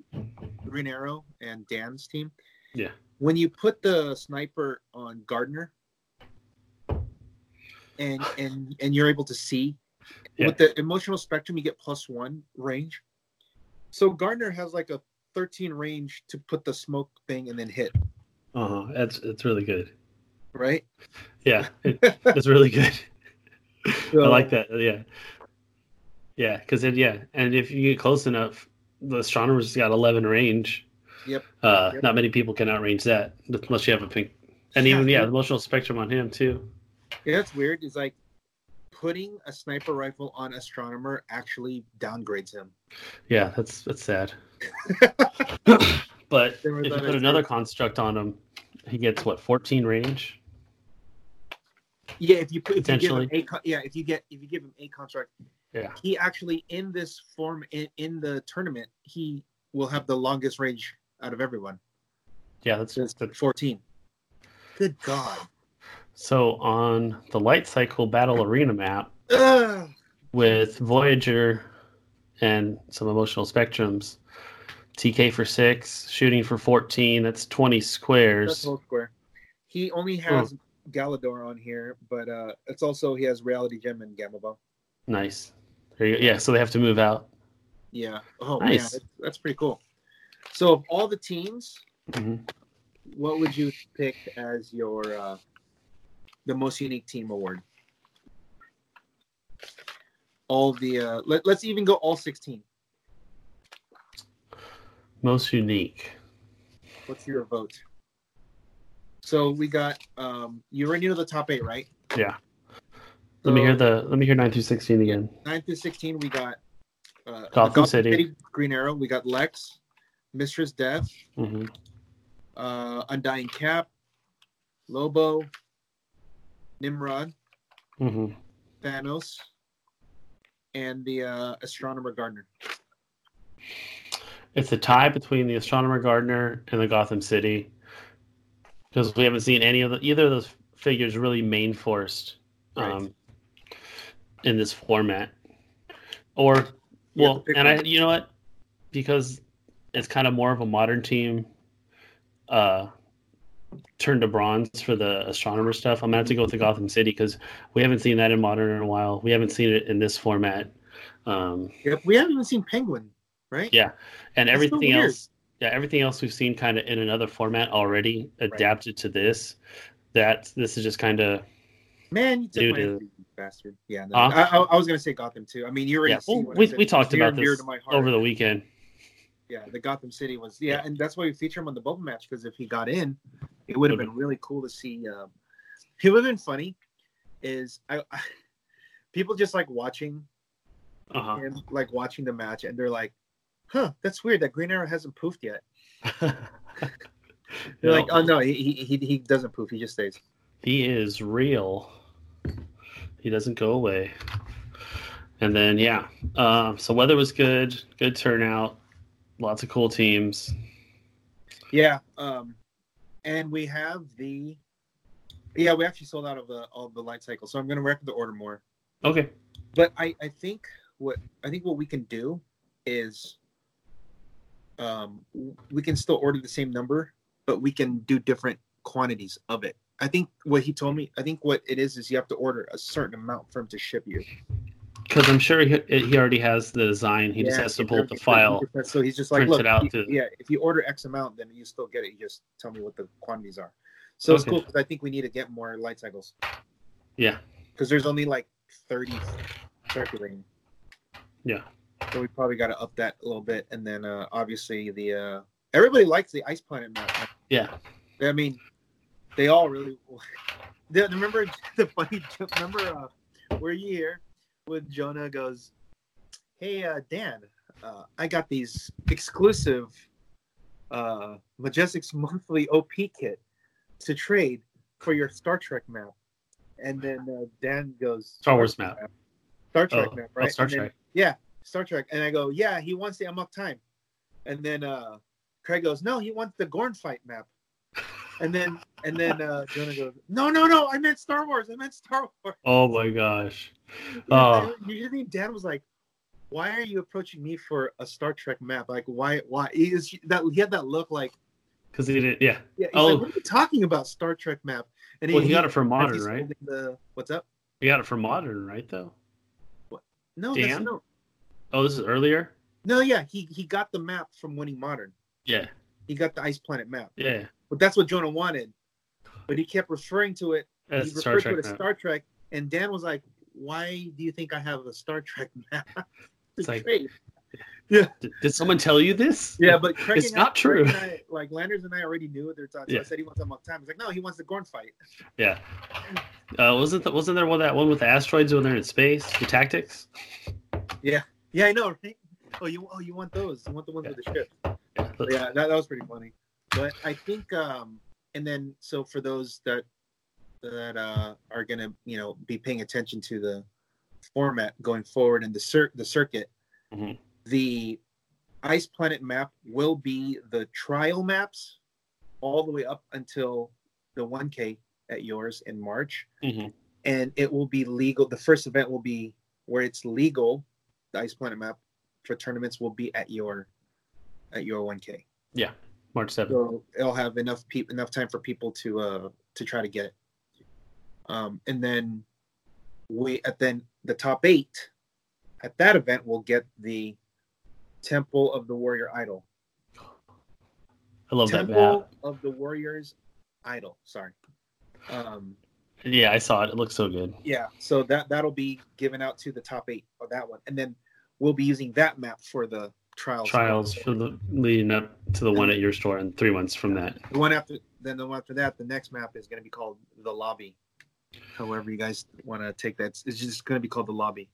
green arrow and dan's team Yeah. when you put the sniper on Gardner and and and you're able to see Yeah. with the emotional spectrum you get plus one range. So Gardner has like a 13 range to put the smoke thing and then hit, Uh huh. That's it's really good. right? Yeah, it, it's really good. I So- like that. Yeah, yeah, because it yeah, and if you get close enough, the astronomer's got eleven range, Yep. Uh, Yep. Not many people can outrange that unless you have a pink. And Yeah, even yeah, dude. the emotional spectrum on him too. Yeah, that's weird. Is like putting a sniper rifle on astronomer actually downgrades him. Yeah, that's that's <laughs> sad. but if Never you thought put I'd another say- construct on him, he gets what 14 range. Yeah, if you put if you give Potentially. him a con- yeah, if you get if you give him a contract, Yeah. he actually in this form in, in the tournament he will have the longest range out of everyone. Yeah, that's That's just the 14. Good God. So on the light cycle battle arena map Ugh. with Voyager and some emotional spectrums, TK for six, shooting for 14, that's 20 That's squares. whole square. He only has Galador on here, but uh it's also he has Reality Gem and Gamma Bomb. Nice. There you go. Yeah, so they have to move out. Yeah. Oh man, Nice. that's, that's pretty cool. So of all the teams, Mhm. what would you pick as your uh the most unique team award? All the uh let, let's even go all 16. Most unique. What's your vote? So we got um you already know the top 8, right? Yeah. Let me So- hear the let me hear 9 through 16 again. 9 through 16, we got uh, Gotham City. Green Arrow. We got Lex, Mistress Death, hmm uh, Undying Cap, Lobo, Nimrod, hmm Thanos, and the uh, Astronomer Gardner. It's a tie between the Astronomer Gardener and the Gotham City because we haven't seen any of the, either of those figures really main forced um, in this format. Or You have well, to pick and I one. you know what because it's kind of more of a modern team. Uh, turned to bronze for the astronomer stuff. I'm gonna have to go with the Gotham City because we haven't seen that in modern in a while. We haven't seen it in this format. Um, Yep, we haven't even seen Penguin, right? Yeah, and That's so everything weird. else yeah everything else we've seen kind of in another format already adapted to this that this is just kind of Man, you took Dude, my uh, you bastard. Yeah, no, Huh? I, I, I was gonna say Gotham too. I mean, you already yeah see well, what I we, said. we It's talked near about and dear this to my heart. over the weekend Yeah, the Gotham City was. Yeah, and that's why we feature him on the bubble match because if he got in, it would have been really cool to see. Um, he would have been funny. Is I, <laughs> I people just like watching uh-huh him, like watching the match, and they're like, "Huh, that's weird. That Green Arrow hasn't poofed yet." <laughs> <laughs> They're No, like, "Oh no, he, he he he doesn't poof. He just stays." he is real he doesn't go away and then yeah um, so weather was good good turnout lots of cool teams Yeah. Um, and we have the. Yeah, we actually sold out of the all the light cycle, so I'm gonna record the order more. okay but I, I think what I think what we can do is um we can still order the same number, but we can do different quantities of it. I think what he told me, I think what it is is you have to order a certain amount for him to ship you. because i'm sure he, he already has the design he just Yeah, has to if pull up the you're- file So he's just like, prints look, it out you- to- yeah, if you order X amount, then you still get it. You just tell me what the quantities are. So it's Okay. cool because I think we need to get more light cycles yeah because there's only like 30 circulating. yeah So we probably got to up that a little bit, and then uh, obviously the uh, everybody likes the ice planet map. yeah I mean, they all really. <laughs> The, remember <laughs> the funny joke. Remember uh, we're here with Jonah goes, "Hey uh, Dan, uh, I got these exclusive uh, Majestics monthly OP kit to trade for your Star Trek map," and then uh, Dan goes, star wars map Star Trek Oh, map, oh, right? Star And then- Trek. yeah, Star Trek. And I go, yeah, he wants the Amok time. And then uh, Craig goes, no, he wants the Gorn fight map. And then and then uh, Jonah goes, no, no, no, I meant Star Wars. I meant Star <laughs> Wars. Oh my gosh. Oh. Oh. Usually Dan was like, why are you approaching me for a Star Trek map? Like, why? Why he is that? He had that look like, Because he did yeah. yeah. He's Oh. like, what are you talking about, Star Trek map? And Well he got it from and modern, he's right? holding The, what's up? He got it from modern, right though? No, Dan? That's, no, Oh, this is earlier? no, yeah. He he got the map from Winning Modern. Yeah. He got the Ice Planet map. Yeah. But that's what Jonah wanted. But he kept referring to it. That's he the Star referred to Trek. it as map. Star Trek, and Dan was like, "Why do you think I have a Star Trek <laughs> map?" It's like- Great. Yeah. Did, did someone tell you this? Yeah, but Craig <laughs> It's and not true. Craig and I- like Landers and I already knew their time. So Yeah. I said he wants a long time. He's like, no, he wants the Gorn fight. <laughs> <laughs> Yeah. Uh, wasn't the, wasn't there one that one with the asteroids when they're in space? The tactics. Yeah, I know, right? Oh, you oh you want those? You want the ones with the ship? Yeah. But yeah, that, that was pretty funny. But I think, um, and then so for those that that uh, are gonna, you know, be paying attention to the format going forward and the cir- the circuit, Mhm. the ice planet map will be the trial maps all the way up until the 1K at yours in March, Mhm. and it will be legal. The first event will be where it's legal. The ice planet map for tournaments will be at your at your 1K March seventh. so it'll have enough people enough time for people to uh to try to get it um and then we at then the top eight at that event will get the temple of the warrior idol I love that temple map. of the warrior's idol sorry um Yeah, I saw it. It looks so good. yeah so that that'll be given out to the top eight of that one and then we'll be using that map for the trials Trials for the leading up to the one at your store, and three months from that. The one after then the one after that, the next map is gonna be called the lobby. However you guys wanna take that. It's just gonna be called the lobby.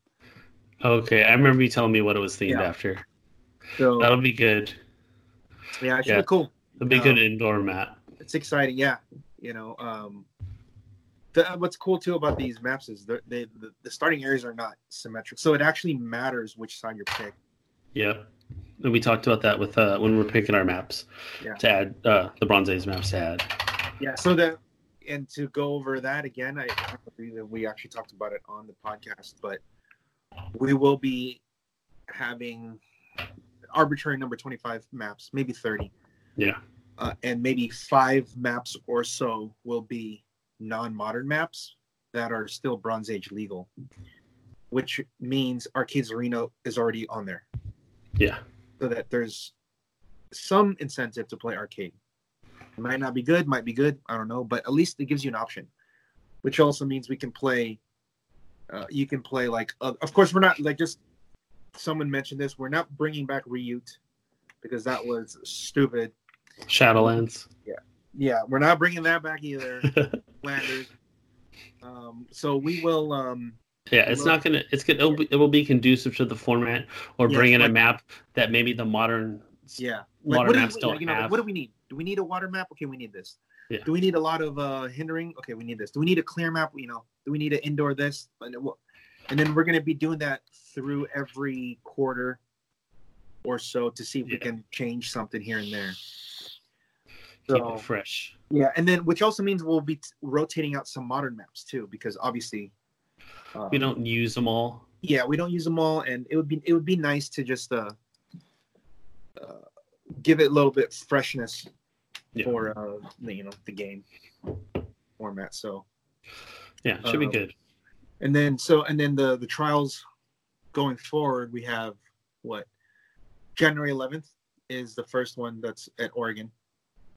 Okay, I remember you telling me what it was themed Yeah. after. So That'll be good. yeah, it should yeah. be cool. It'll be Um, good indoor map. It's exciting, yeah. You know, um the, what's cool too about these maps is they're- they, the, the starting areas are not symmetric, so it actually matters which side you're picked. Yeah. And we talked about that with uh, when we are picking our maps Yeah. to add uh, the Bronze Age maps to add. Yeah. So that, and to go over that again, I, I don't believe that we actually talked about it on the podcast, but we will be having arbitrary number 25 maps, maybe 30, Yeah. uh, and maybe five maps or so will be non modern maps that are still Bronze Age legal, which means Arcades Arena is already on there Yeah. so that there's some incentive to play arcade. It might not be good, might be good, I don't know, but at least it gives you an option, which also means we can play. Uh, you can play like, uh, of course, we're not like just someone mentioned this. We're not bringing back Ryute because that was stupid. Shadowlands. <laughs> Yeah, we're not bringing that back either, <laughs> Landers. Um, so we will. Um, Yeah, it's not gonna. It's gonna. It'll be, it will be conducive to the format, or Yeah, bring in a like- map that maybe the modern. Yeah. Water what do maps we, don't you know, like, have- What do we need? Do we need a water map? Okay, we need this. Yeah. Do we need a lot of uh, hindering? Okay, we need this. Do we need a clear map? You know, do we need an indoor this? And, it will- and then we're going to be doing that through every quarter or so to see if we Yeah. can change something here and there. Keep So- it fresh. Yeah, and then which also means we'll be t- rotating out some modern maps too, because obviously uh, We don't use them all. yeah we don't use them all and it would be it would be nice to just uh, uh give it a little bit freshness Yeah. for uh the, you know the game format so Yeah, should be Um, good. and then so and then the the trials going forward we have what january 11th is the first one that's at oregon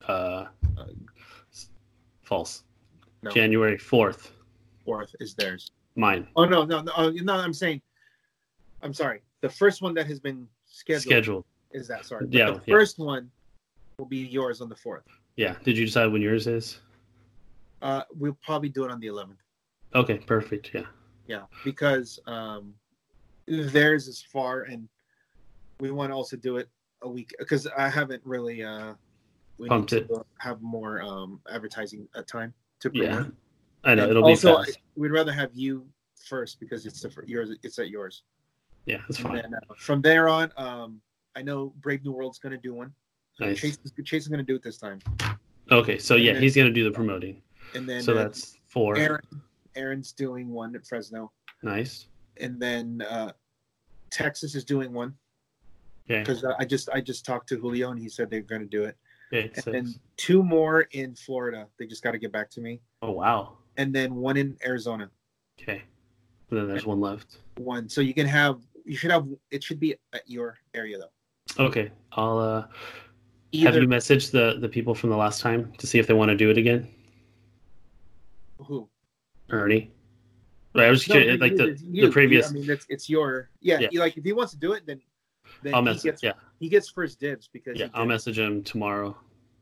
Uh, uh, s- false. No. January fourth, fourth is theirs mine oh no no no, oh, no i'm saying i'm sorry the first one that has been scheduled, scheduled. is that sorry but Yeah, the yeah. first one will be yours on the fourth Yeah. Did you decide when yours is? Uh, we'll probably do it on the 11th. Okay, perfect. Yeah. Yeah, because um, theirs is far, and we want to also do it a week because I haven't really uh, we Pumped need to have more um advertising uh, time to promote. Yeah. I know And it'll also, be fast. We'd rather have you first because it's the fir- yours. It's at yours. yeah, it's And fine. then, uh, from there on, um, I know Brave New World's gonna do one. Nice. Chase, Chase is gonna do it this time, Okay, so yeah, then- he's gonna do the promoting. and then So uh, that's four. Aaron. Aaron's doing one at Fresno. Nice. and then uh, Texas is doing one Okay. because I just I just talked to Julio and he said they're going to do it, okay and six. then two more in Florida. They just got to get back to me, oh wow. and then one in Arizona. Okay. And then there's one left. One, so you can have you should have it should be at your area though. Okay. I'll uh Either have you messaged the the people from the last time to see if they want to do it again? who? Ernie. Right, I was just No, curious, you- like the it's you. previous- I mean, it's, it's your yeah. Yeah. you- Like if he wants to do it, then then I'll he message. gets yeah, he gets first dibs because yeah. he I'll did- message him tomorrow.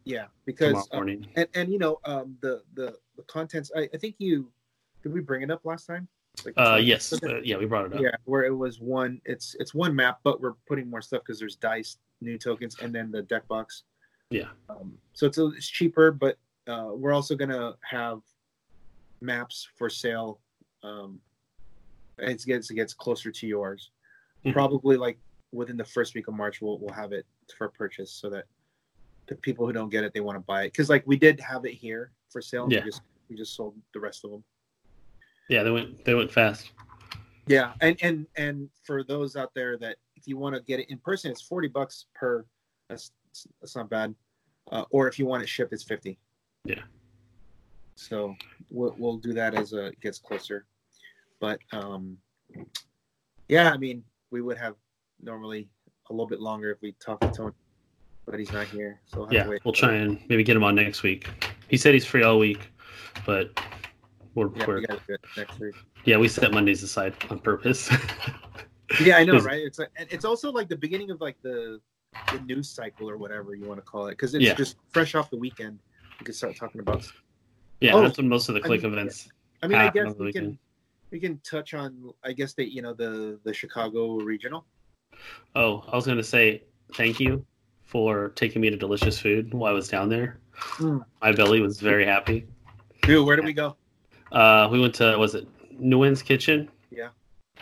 yeah Tomorrow because uh, morning. and and you know um the the the contents I, I think you did we bring it up last time Like, Uh, yes. okay. uh, yeah, we brought it up. yeah where it was one it's it's one map but we're putting more stuff because there's dice new tokens and then the deck box Yeah. um, so it's, a, it's cheaper but uh, we're also gonna have maps for sale um, as it gets it gets closer to yours Mhm. probably like within the first week of march we'll, we'll have it for purchase so that the people who don't get it they want to buy it because like we did have it here for sale Yeah. we just we just sold the rest of them Yeah, they went. They went fast. yeah, and and and for those out there that if you want to get it in person, it's forty bucks per. That's that's not bad. Uh, or if you want it shipped, it's fifty. Yeah. So we'll we'll do that as uh, it gets closer, but um, yeah, I mean we would have normally a little bit longer if we talked to Tony, but he's not here, so we'll have Yeah, to wait. we'll try and maybe get him on next week. He said he's free all week, but we're, Yeah, we're we gotta do it next week. yeah we set Mondays aside on purpose. <laughs> yeah i know Is- right it's like and it's also like the beginning of like the the news cycle or whatever you want to call it because it's Yeah. just fresh off the weekend we can start talking about yeah, Oh, that's when most of the I click mean, events. i mean i Half guess of the we can weekend. we can touch on i guess that you know the the chicago regional Oh, I was gonna say thank you for taking me to delicious food while I was down there. Mm. My belly was very happy. dude where do we go <laughs> Uh, we went to was it Nguyen's Kitchen? Yeah.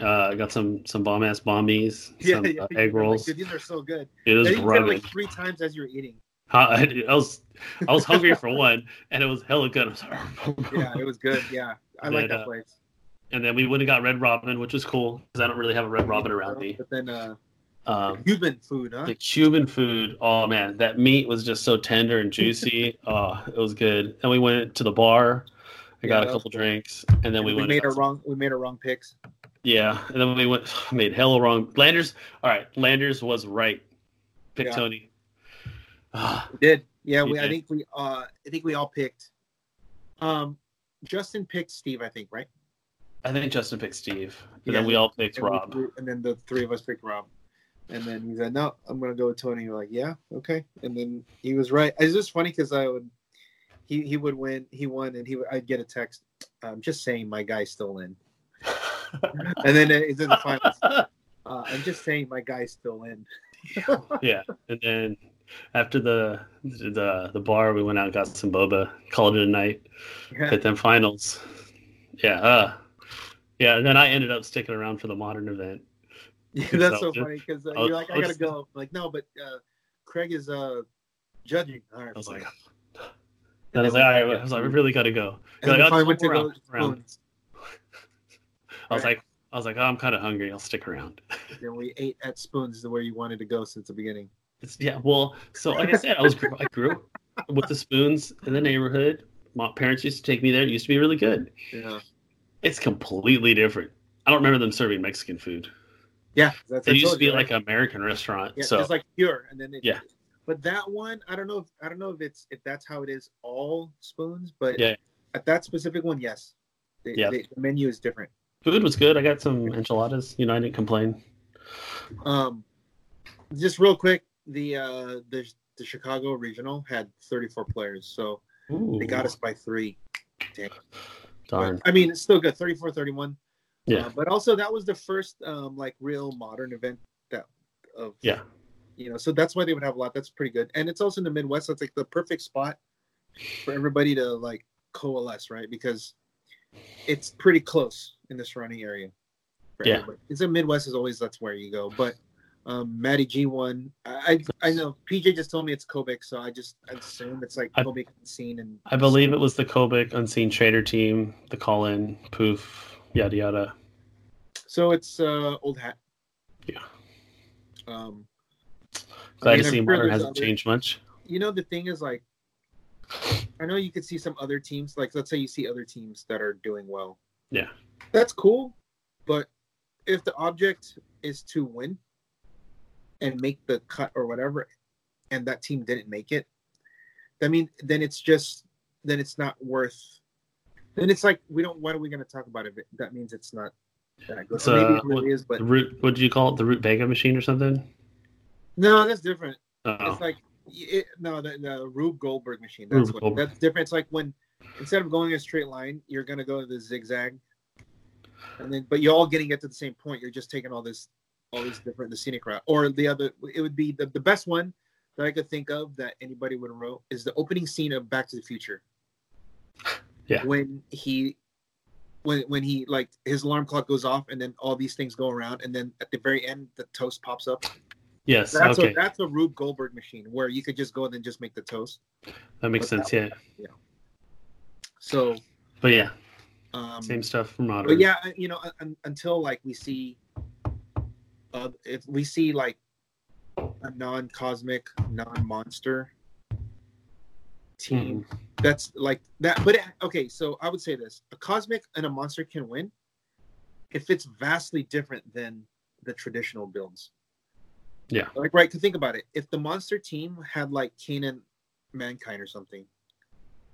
Uh, got some some bomb ass <laughs> bombies, some uh, you egg were like, rolls. dude, these are so good It I was think you said it, rubbing. like three times as you're eating <laughs> I, I was I was hungry for one, and it was hella good. I was "Oh, yeah it was good yeah i like But, that uh, place and then we went and got Red Robin, which was cool because I don't really have a Red Robin around me. but then uh Um, cuban food huh the Cuban food, oh man, that meat was just so tender and <laughs> juicy. oh, it was good. And we went to the bar. I Yeah, got that a was couple drinks, and then we, went. made and our got wrong we made our wrong picks some- yeah, and then we went. <sighs> Made hella wrong. Landers. All right, Landers was right. Pick Yeah. Tony. <sighs> Ah, We did. Yeah, You we, I did. think we uh I think we all picked. Um Justin picked Steve, I think, right? I think Justin picked Steve, and Yeah. then we all picked And we- Rob. we- and then the three of us picked Rob. And then he said, No, I'm gonna go with Tony. We're like, Yeah, okay. And then he was right. It's just funny because I would he he would win, he won, and he would, I'd get a text. I'm just saying my guy's still in. and then it- it's in the <laughs> finals. Uh, I'm just saying my guy's still in. <laughs> <laughs> yeah, and then after the the the bar, we went out and got some boba, called it a night. Yeah. But then finals, yeah, uh, yeah. And then I ended up sticking around for the modern event. Yeah, that's so So- funny because uh, I was- you're like, I I gotta was- go. I'm like, no, but uh, Craig is uh, judging. All right, I was fine. like, then I was like, all right, I was like, we really gotta go. And You're then like, finally "Oh, went to around, those around." spoons. I was Right. like, I was like, oh, I'm kind of hungry. I'll stick around. Then we ate at spoons the way you wanted to go since the beginning. It's, yeah, well, so like I said, I was I grew up with the spoons in the neighborhood. My parents used to take me there. It used to be really good. Yeah, It's completely different. I don't remember them serving Mexican food. yeah. That's It used to be like an American restaurant. yeah, so just like pure, and then it, Yeah. But that one, I don't know. If, I don't know if it's if that's how it is all spoons, but Yeah. at that specific one, yes. The, Yeah. the the menu is different. food was good. I got some enchiladas. You know, I didn't complain. Um, just real quick, the uh the the Chicago regional had 34 players, so Ooh, they got us by three. Darn. But, I mean, it's still good. 34 31. Yeah. Uh, but also, that was the first um, like real modern event that of Yeah. you know, so that's why they would have a lot. That's pretty good, and it's also in the Midwest. That's like the perfect spot for everybody to like coalesce, right? Because it's pretty close in the surrounding area. for Yeah. everybody. it's a Midwest is always that's where you go, but. Um, Matty G one, I I I know PJ just told me it's Kobik, so I just assume it's like I- Kobik scene and I believe it was the Kobik Unseen Trader team, the call in, poof, yada yada. so it's uh old hat. Yeah. Um, Glad mean, to I'm see sure Modern there's hasn't other- changed much. you know the thing is like i know you could see some other teams like let's say you see other teams that are doing well Yeah. that's cool but if the object is to win and make the cut or whatever and that team didn't make it i mean then it's just then it's not worth then it's like we don't what are we going to talk about if it, that means it's not that good It's, Or maybe uh, it really is but The root, what do you call it? The root Vega machine or something? No, that's different. Oh, It's like it, no, the, the Rube Goldberg machine. Rube That's what, Goldberg. that's different. It's like when instead of going a straight line, you're gonna go to the zigzag, and then but you're all getting it to the same point. You're just taking all this, all this different the scenic route or the other. It would be the, the best one that I could think of that anybody would have wrote is the opening scene of Back to the Future. <sighs> Yeah. When he. When, when he like his alarm clock goes off and then all these things go around and then at the very end the toast pops up yes. that's okay, a that's a Rube Goldberg machine where you could just go and then just make the toast. that makes sense. Yeah, So, but yeah, um, same stuff from modern. but yeah, you know, un- until like we see, uh, if we see like a non-cosmic, non-monster team, Hmm. that's like that. But okay, so I would say this: a cosmic and a monster can win if it's vastly different than the traditional builds. Yeah. Like right, 'cause think about it. If the monster team had like Kanan, mankind or something,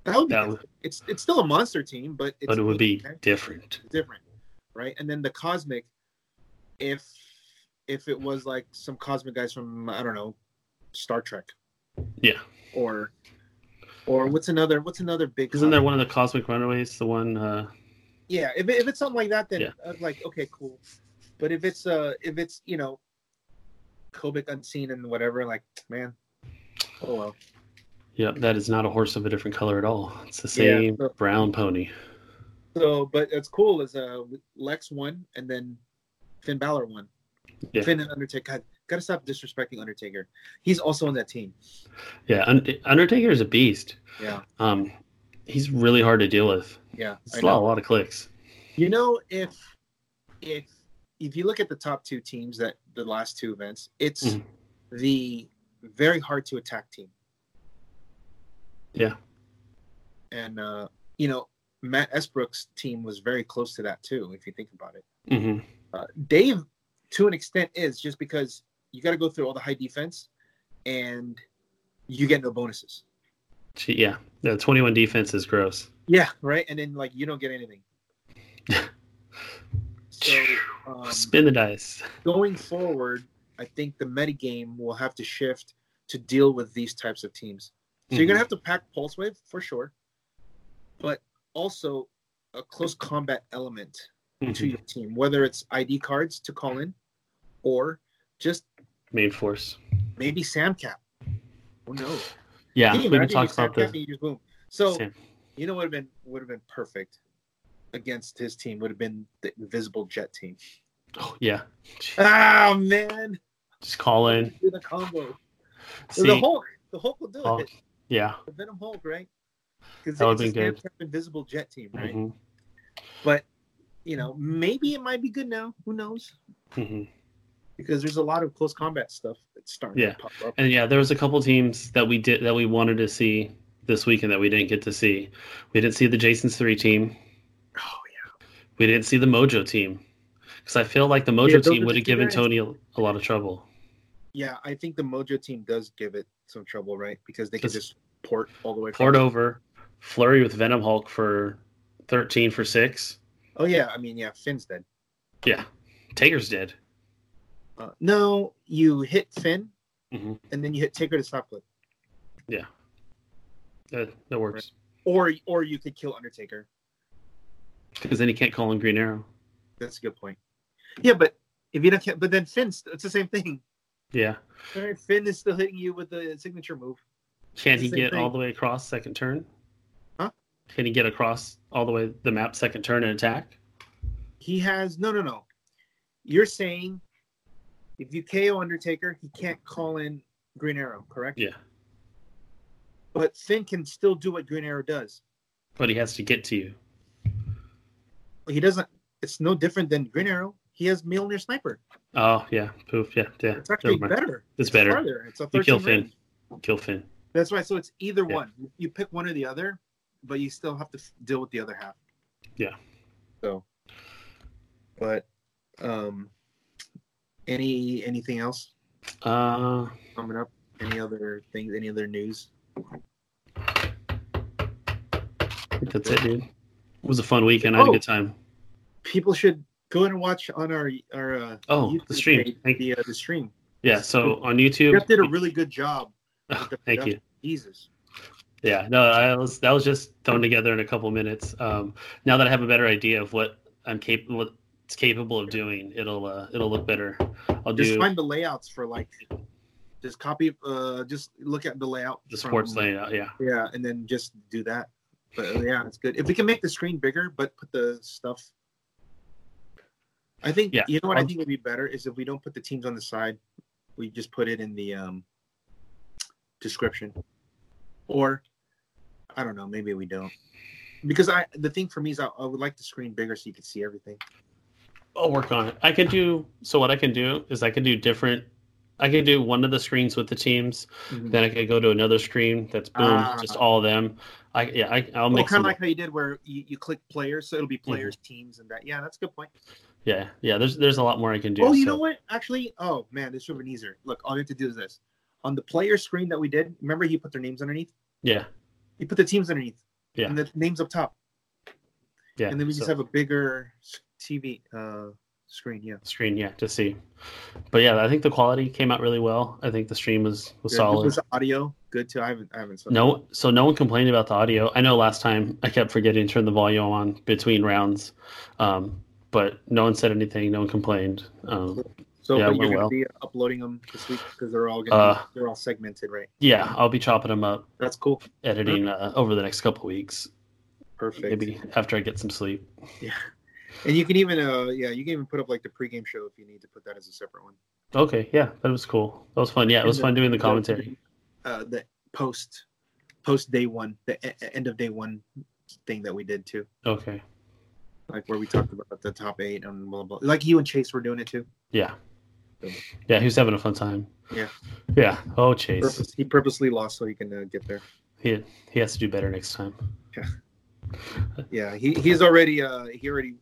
that would be That would- different. it's it's still a monster team, but it's but it would be Mankind different. different, right? And then the cosmic, if if it was like some cosmic guys from I don't know, Star Trek Yeah, or or what's another what's another big isn't there cosmic- one of the cosmic runaways? The one. uh yeah if, it- if it's something like that then Yeah. I'm like okay cool but if it's uh if it's you know Kobic unseen and whatever like man oh well Yep, that is not a horse of a different color at all. It's the Yeah, same so- brown pony. so but it's cool is uh Lex won and then Finn Balor won Yeah. Finn and Undertaker God, gotta stop disrespecting Undertaker he's also on that team Yeah, Und- Undertaker is a beast. yeah Um, he's really hard to deal with. Yeah, It's I a lot, a know. lot of clicks. You know, if if if you look at the top two teams that the last two events, it's Mhm. the very hard to attack team. Yeah. And uh, you know, Matt Esbrook's team was very close to that too, if you think about it. hmm Uh, Dave, to an extent, is just because you got to go through all the high defense, and you get no bonuses. Yeah, the twenty-one defense is gross. Yeah, right. And then like you don't get anything. <laughs> so um, Spin the dice. going forward, I think the metagame will have to shift to deal with these types of teams. So Mm-hmm. you're gonna have to pack Pulse Wave for sure, but also a close combat element to Mhm. your team, whether it's ID cards to call in, or just Main force. maybe SamCap. Who knows? Yeah, Can you we can imagine talk you about SamCap and the. you just boom. So Sam- you know what would have been would have been perfect against his team would have been the Invisible Jet <laughs> team. Oh, yeah, Ah man, just call in. do the combo. See, the Hulk, the Hulk will do it. Hulk, yeah, The Venom Hulk, right? Because That it's would've a been good. Stamp invisible jet team, right? mhm, But you know, maybe it might be good now. Who knows? mhm. Because there's a lot of close combat stuff that's starting Yeah. to pop up. and yeah, there was a couple teams that we did that we wanted to see this weekend that we didn't get to see. We didn't see the Jason's three team. Oh We didn't see the Mojo team because I feel like the Yeah, Mojo those team are would the have two given guys. Tony a, a lot of trouble. yeah, I think the Mojo team does give it some trouble, right? Because they can Just- just port all the way. Port across. over, flurry with Venom Hulk for thirteen for six. Oh yeah, I mean yeah, Finn's dead. Yeah, Taker's dead. Uh, no, you hit Finn, Mhm. and then you hit Taker to stop clip, That, Uh, that works or or you could kill Undertaker. because then he can't call in Green Arrow. That's a good point. Yeah, but if you don't, ca- but then Finn's it's the same thing. Yeah, All right, Finn is still hitting you with the signature move. can he Same get thing. all the way across second turn? Huh? Can he get across all the way the map second turn and attack? He has no, no, no. You're saying if you KO Undertaker, he can't call in Green Arrow, correct? Yeah, But Finn can still do what Green Arrow does. but he has to get to you. He doesn't. It's no different than Green Arrow. He has Mjolnir Sniper. Oh yeah, poof yeah yeah. It's actually Never mind. better. It's better. farther. It's a You 13 kill Finn. range. Kill Finn. That's right. So it's either Yeah. one. You pick one or the other, but you still have to f- deal with the other half. Yeah. So, but um, any anything else? Uh, coming up? Any other things? Any other news? I think that's it, dude. It was a fun weekend. I had a Oh. good time. People should go and watch on our our uh, Oh, the stream. page, Thank- the, uh, the stream. Yeah, so on YouTube, Jeff did a really good job. with the <laughs> thank you. production. Jesus. Yeah, no, I was, that was just thrown together in a couple minutes. Um, now that I have a better idea of what I'm capable, what it's capable of doing, it'll uh, it'll look better. I'll Just do find the layouts for like, just copy. Uh, just look at the layout. the from- sports layout. Yeah, Yeah, and then just do that. But uh, yeah, it's good. If we can make the screen bigger, but put the stuff. I think Yeah. you know what I Um, think would be better is if we don't put the teams on the side, we just put it in the um, description, or I don't know, maybe we don't. Because I the thing for me is I, I would like the screen bigger so you can see everything. I'll work on it. I could do so. What I can do is I could do different. I could do one of the screens with the teams. Then I could go to another screen that's boom, Ah. just all of them. I yeah, I, I'll Well, make kind some. of like how you did where you, you click players, so it'll Mm-hmm. be players, teams, and that. Yeah, that's a good point. yeah, yeah. There's there's a lot more I can do. oh, you so- know what? Actually, oh man, this should have been easier. Look, all you have to do is this. On the player screen that we did, remember you put their names underneath? Yeah, You put the teams underneath. Yeah. And the names up top. yeah. and then we so- just have a bigger s- TV uh, screen. Yeah. screen yeah to see but yeah i think the quality came out really well i think the stream was was Yeah, solid Was the audio good too? I haven't, I haven't. said- no so no one complained about the audio i know last time i kept forgetting to turn the volume on between rounds um but no one said anything no one complained um So yeah, but it you're went gonna well. be uploading them this week because they're all gonna be, Uh, they're all segmented, right? yeah i'll be chopping them up That's cool. editing uh, over the next couple weeks Perfect. maybe after i get some sleep Yeah. And you can even, uh, yeah, you can even put up like the pregame show if you need to put that as a separate one. okay yeah that was cool that was fun yeah it was fun doing the commentary uh, the post post day one, the e- e- end of day one thing that we did too, okay like where we talked about the top eight and blah blah. Like you and Chase were doing it too. yeah yeah he was having a fun time Yeah. yeah oh chase Purpose, he purposely lost so he can uh, get there. He he has to do better next time. Yeah, he, he's already uh he already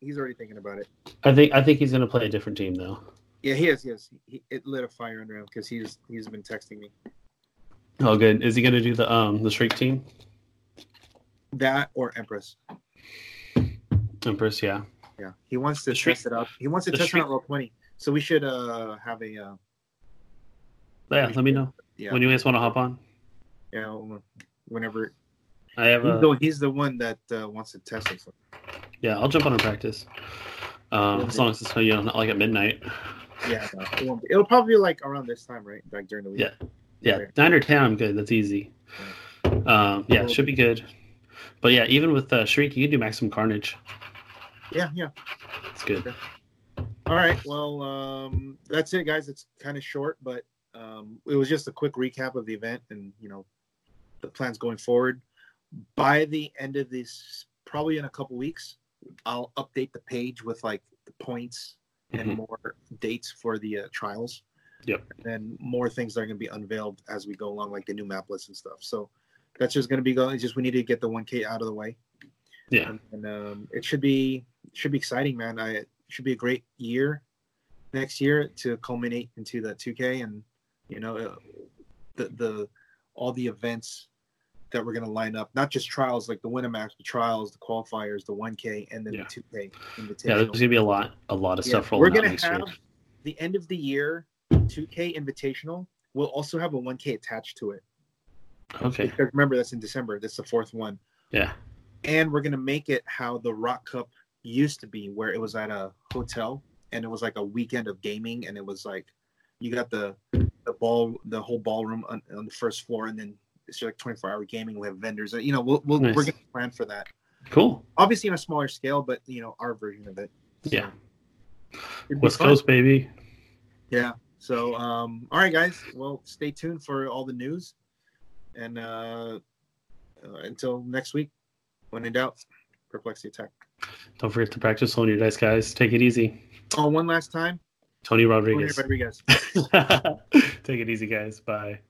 he's already thinking about it. I think I think he's gonna play a different team though. Yeah, he is. He is. He, it lit a fire under him because he's he's been texting me Oh, good. Is he gonna do the um the streak team? that or Empress. Empress, yeah. Yeah, he wants to The streak- test it out. He wants to the test it streak- out roll twenty. So we should uh have a uh, Yeah, let me know yeah when you guys want to hop on. you know, whenever I have he's a, the, he's the one that uh, wants to test us. yeah. I'll jump on and practice. Um, as long as it's not, you know not like at midnight. Yeah, no, it won't be. It'll probably be like around this time, right? Like during the week. Yeah. Yeah, nine or ten, I'm good. That's easy. Um, yeah, should be good. But yeah, even with uh, Shriek, you can do maximum carnage. Yeah, yeah. It's good. All right. Well, um, that's it, guys. It's kind of short, but um, it was just a quick recap of the event and you know the plans going forward. By the end of this, probably in a couple weeks, I'll update the page with like the points and Mhm. more dates for the uh, trials. Yep. And more things that are going to be unveiled as we go along, like the new map list and stuff. So that's just going to be going. It's just we need to get the 1K out of the way. Yeah. And um, it should be should be exciting, man. I it should be a great year next year to culminate into the 2K and you know uh, the the all the events that we're going to line up, not just trials like the winter maps, the trials, the qualifiers, the 1K, and then Yeah. the 2K Yeah, invitational there's gonna be a lot a lot of Yeah, stuff rolling we're out gonna next have year. the end of the year 2K Invitational will also have a 1K attached to it. Okay. Because remember, that's in December. That's the fourth one, Yeah. and we're gonna make it how the Rock Cup used to be, where it was at a hotel and it was like a weekend of gaming, and it was like you got the the ball, the whole ballroom on, on the first floor, and then it's like 24 hour gaming. We have vendors. You know, we'll, we'll we're Nice. gonna plan for that. Cool. Obviously, on a smaller scale, but you know, our version of it. Yeah. It'd be West fun. Coast, baby. Yeah. So, um, all right, guys. Well, stay tuned for all the news. And uh, uh, until next week, when in doubt, perplex the attack. Don't forget to practice on your dice, guys. Take it easy. Oh, one last time. Tony Tony Rodriguez. Rodriguez. <laughs> Take it easy, guys. Bye.